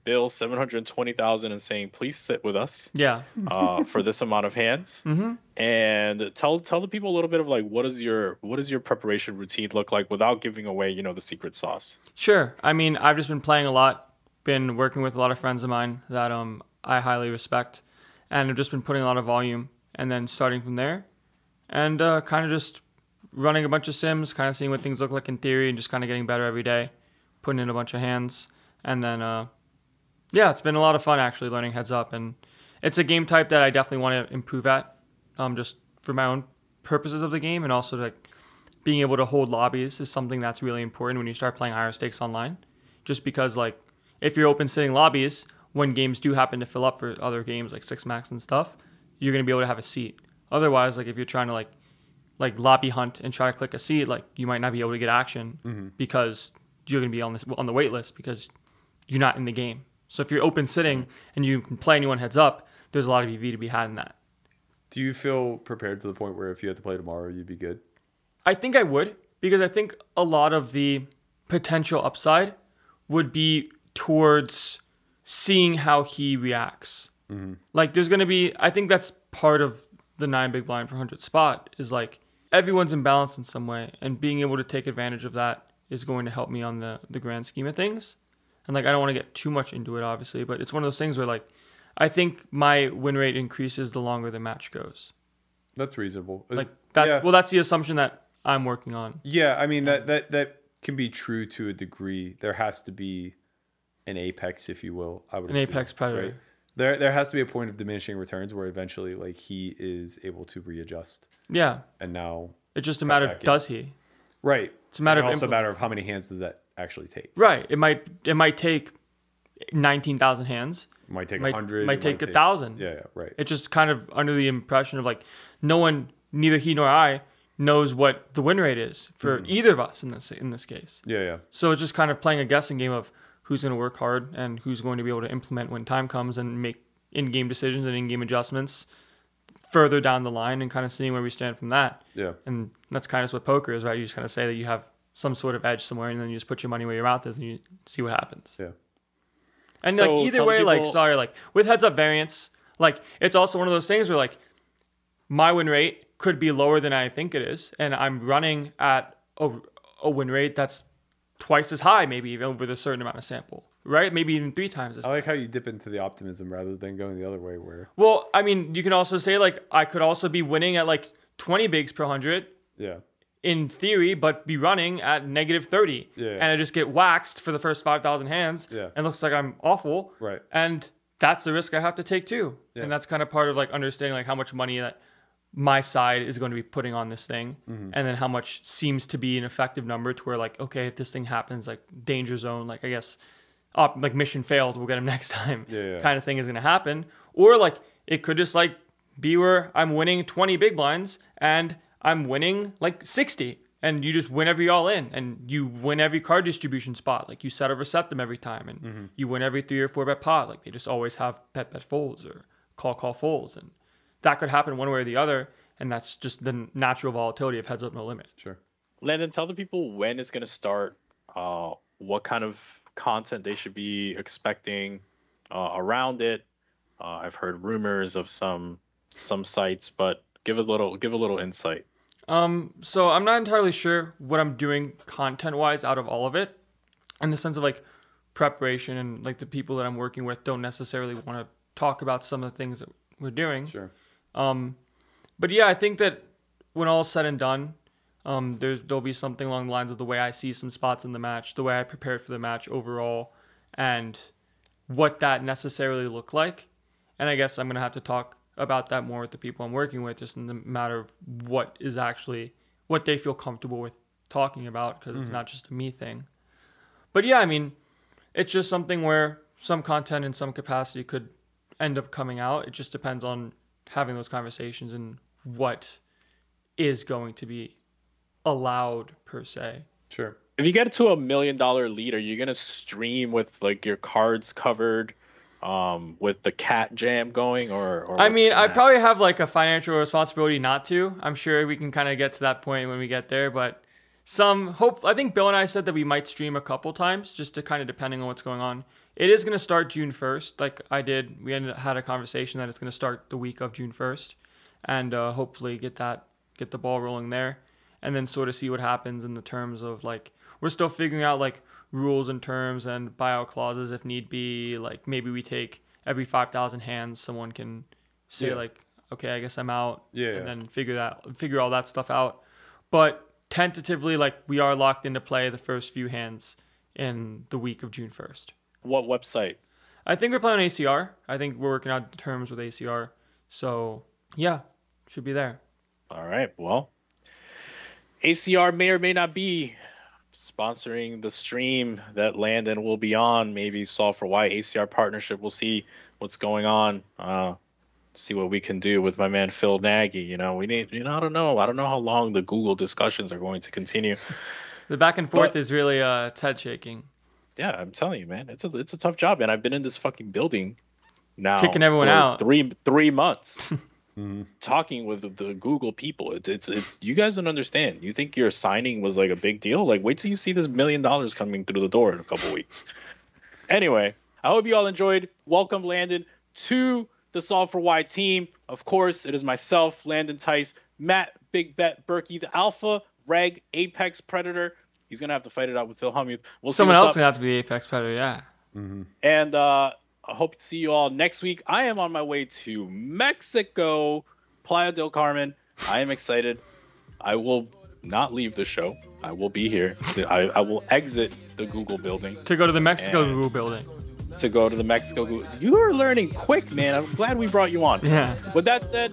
Bill seven hundred twenty thousand and saying, please sit with us
Yeah.
uh, for this amount of hands.
Mm-hmm.
And tell tell the people a little bit of like what is your what is your preparation routine look like without giving away you know the secret sauce.
Sure. I mean, I've just been playing a lot, been working with a lot of friends of mine that um I highly respect, and I've just been putting a lot of volume and then starting from there, and uh, kind of just running a bunch of sims, kind of seeing what things look like in theory, and just kind of getting better every day, putting in a bunch of hands, and then uh, yeah, it's been a lot of fun actually learning heads up, and it's a game type that I definitely want to improve at, um, just for my own purposes of the game, and also like being able to hold lobbies is something that's really important when you start playing higher stakes online, just because like if you're open sitting lobbies when games do happen to fill up for other games like six max and stuff, you're gonna be able to have a seat. Otherwise, like if you're trying to like like lobby hunt and try to click a seat, like you might not be able to get action
Mhm.
because you're gonna be on this on the wait list because you're not in the game. So if you're open sitting and you can play anyone heads up, there's a lot of EV to be had in that.
Do you feel prepared to the point where if you had to play tomorrow, you'd be good?
I think I would because I think a lot of the potential upside would be towards seeing how he reacts.
Mhm.
Like there's going to be I think that's part of the 9 big blind per 100 spot is like everyone's imbalanced in some way and being able to take advantage of that is going to help me on the the grand scheme of things. And like I don't want to get too much into it obviously, but it's one of those things where like I think my win rate increases the longer the match goes.
That's reasonable.
Like that's
Yeah.
well that's the assumption that I'm working on.
Yeah, I mean
Um,
that that that can be true to a degree. There has to be an apex, if you will. I would
An
assume,
apex predator.
There there has to be a point of diminishing returns where eventually, like he is able to readjust.
Yeah.
and now
It's just a
cut
matter of
back in.
does he?
Right.
It's a matter
And also a
of implement-
matter of how many hands does that actually take.
Right. It might it might take nineteen thousand hands.
It might take 100,
Might
it
take
might
a
take-
thousand.
Yeah, yeah, right.
It's just kind of under the impression of like no one, neither he nor I, knows what the win rate is for
Mhm.
either of us in this in this case.
Yeah, yeah.
So it's just kind of playing a guessing game of who's going to work hard and who's going to be able to implement when time comes and make in-game decisions and in-game adjustments further down the line and kind of seeing where we stand from that.
Yeah.
And that's kind of what poker is, right? You just kind of say that you have some sort of edge somewhere and then you just put your money where your mouth is and you see what happens.
Yeah.
And
So
like either
some
way, like
people-
sorry, like with heads up variance, like it's also one of those things where like my win rate could be lower than I think it is, and I'm running at a, a win rate that's twice as high, maybe even with a certain amount of sample, right? Maybe even three times
Oh,
as
I like how you dip into the optimism rather than going the other way where
well, I mean, you can also say like I could also be winning at like 20 bigs per hundred
yeah.
in theory, but be running at negative 30,
Yeah.
and I just get waxed for the first 5,000 hands,
Yeah.
and looks like I'm awful,
Right.
And that's the risk I have to take too,
Yeah.
and that's kind of part of like understanding like how much money that my side is going to be putting on this thing,
Mm-hmm.
and then how much seems to be an effective number to where like okay, if this thing happens, like danger zone, like I guess. Op, like mission failed, we'll get him next time
Yeah, yeah.
kind of thing is going to happen or like it could just like be where i'm winning 20 big blinds and i'm winning like 60 and you just win every all in and you win every card distribution spot like you set over set them every time and
Mm-hmm.
you win every three or four bet pot like they just always have bet bet folds or call call folds and that could happen one way or the other and that's just the natural volatility of heads up no limit
sure
Landon, tell the people when it's going to start, uh, what kind of content they should be expecting uh, around it. Uh, I've heard rumors of some some sites, but give a little give a little insight.
Um, so I'm not entirely sure what I'm doing content wise out of all of it, in the sense of like preparation and like the people that I'm working with don't necessarily want to talk about some of the things that we're doing.
Sure.
Um, but yeah, I think that when all's said and done, um, there's there'll be something along the lines of the way I see some spots in the match, the way I prepared for the match overall, and what that necessarily looked like. And I guess I'm gonna have to talk about that more with the people I'm working with, just in the matter of what is actually what they feel comfortable with talking about, because it's
Mhm.
not just a me thing. But yeah, I mean, it's just something where some content in some capacity could end up coming out. It just depends on having those conversations and what is going to be allowed per se.
Sure.
If you get to a million dollar lead, are you going to stream with like your cards covered, um, with the cat jam going, or? or
I
what's
mean,
gonna
I
happen?
probably have like a financial responsibility not to. I'm sure we can kind of get to that point when we get there, but some hope. I think Bill and I said that we might stream a couple times just to kind of depending on what's going on. It is going to start June 1st, like I did. We ended, had a conversation that it's going to start the week of June 1st, and uh, hopefully get that get the ball rolling there, and then sort of see what happens in the terms of like we're still figuring out like rules and terms and buyout clauses if need be. Like maybe we take every 5,000 hands, someone can say
Yeah.
like, okay, I guess I'm out.
Yeah, yeah.
And then figure that figure all that stuff out. But tentatively, like we are locked into play the first few hands in the week of June 1st.
What website?
I think we're playing on ACR. I think we're working out terms with ACR. So yeah, should be there.
All right. Well, ACR may or may not be sponsoring the stream that Landon will be on. Maybe solve for why ACR partnership. We'll see what's going on. Uh, see what we can do with my man Phil Nagy. You know, we need. You know, I don't know. I don't know how long the Google discussions are going to continue.
The back and forth is really uh, it's head shaking.
Yeah, I'm telling you, man, it's a it's a tough job, and I've been in this fucking building now,
Kicking everyone
for
out. Mm-hmm.
three three months, talking with the, the Google people. It's it's it's you guys don't understand. You think your signing was like a big deal? Like, wait till you see this million dollars coming through the door in a couple weeks. Anyway, I hope you all enjoyed. Welcome, Landon, to the Solve for Why team. Of course, it is myself, Landon Tice, Matt, Big Bet, Berkey, the Alpha, Reg, Apex Predator. He's gonna have to fight it out with Phil Humuth. We'll see
Someone
what's
else
up.
gonna have to be the Apex Predator, yeah.
And uh, I hope to see you all next week. I am on my way to Mexico, Playa del Carmen. I am excited. I will not leave the show. I will be here. I, I will exit the Google building
To go to the Mexico
And-
Google building.
to go to the Mexico. Google. You are learning quick, man. I'm glad we brought you on.
Yeah.
With that said,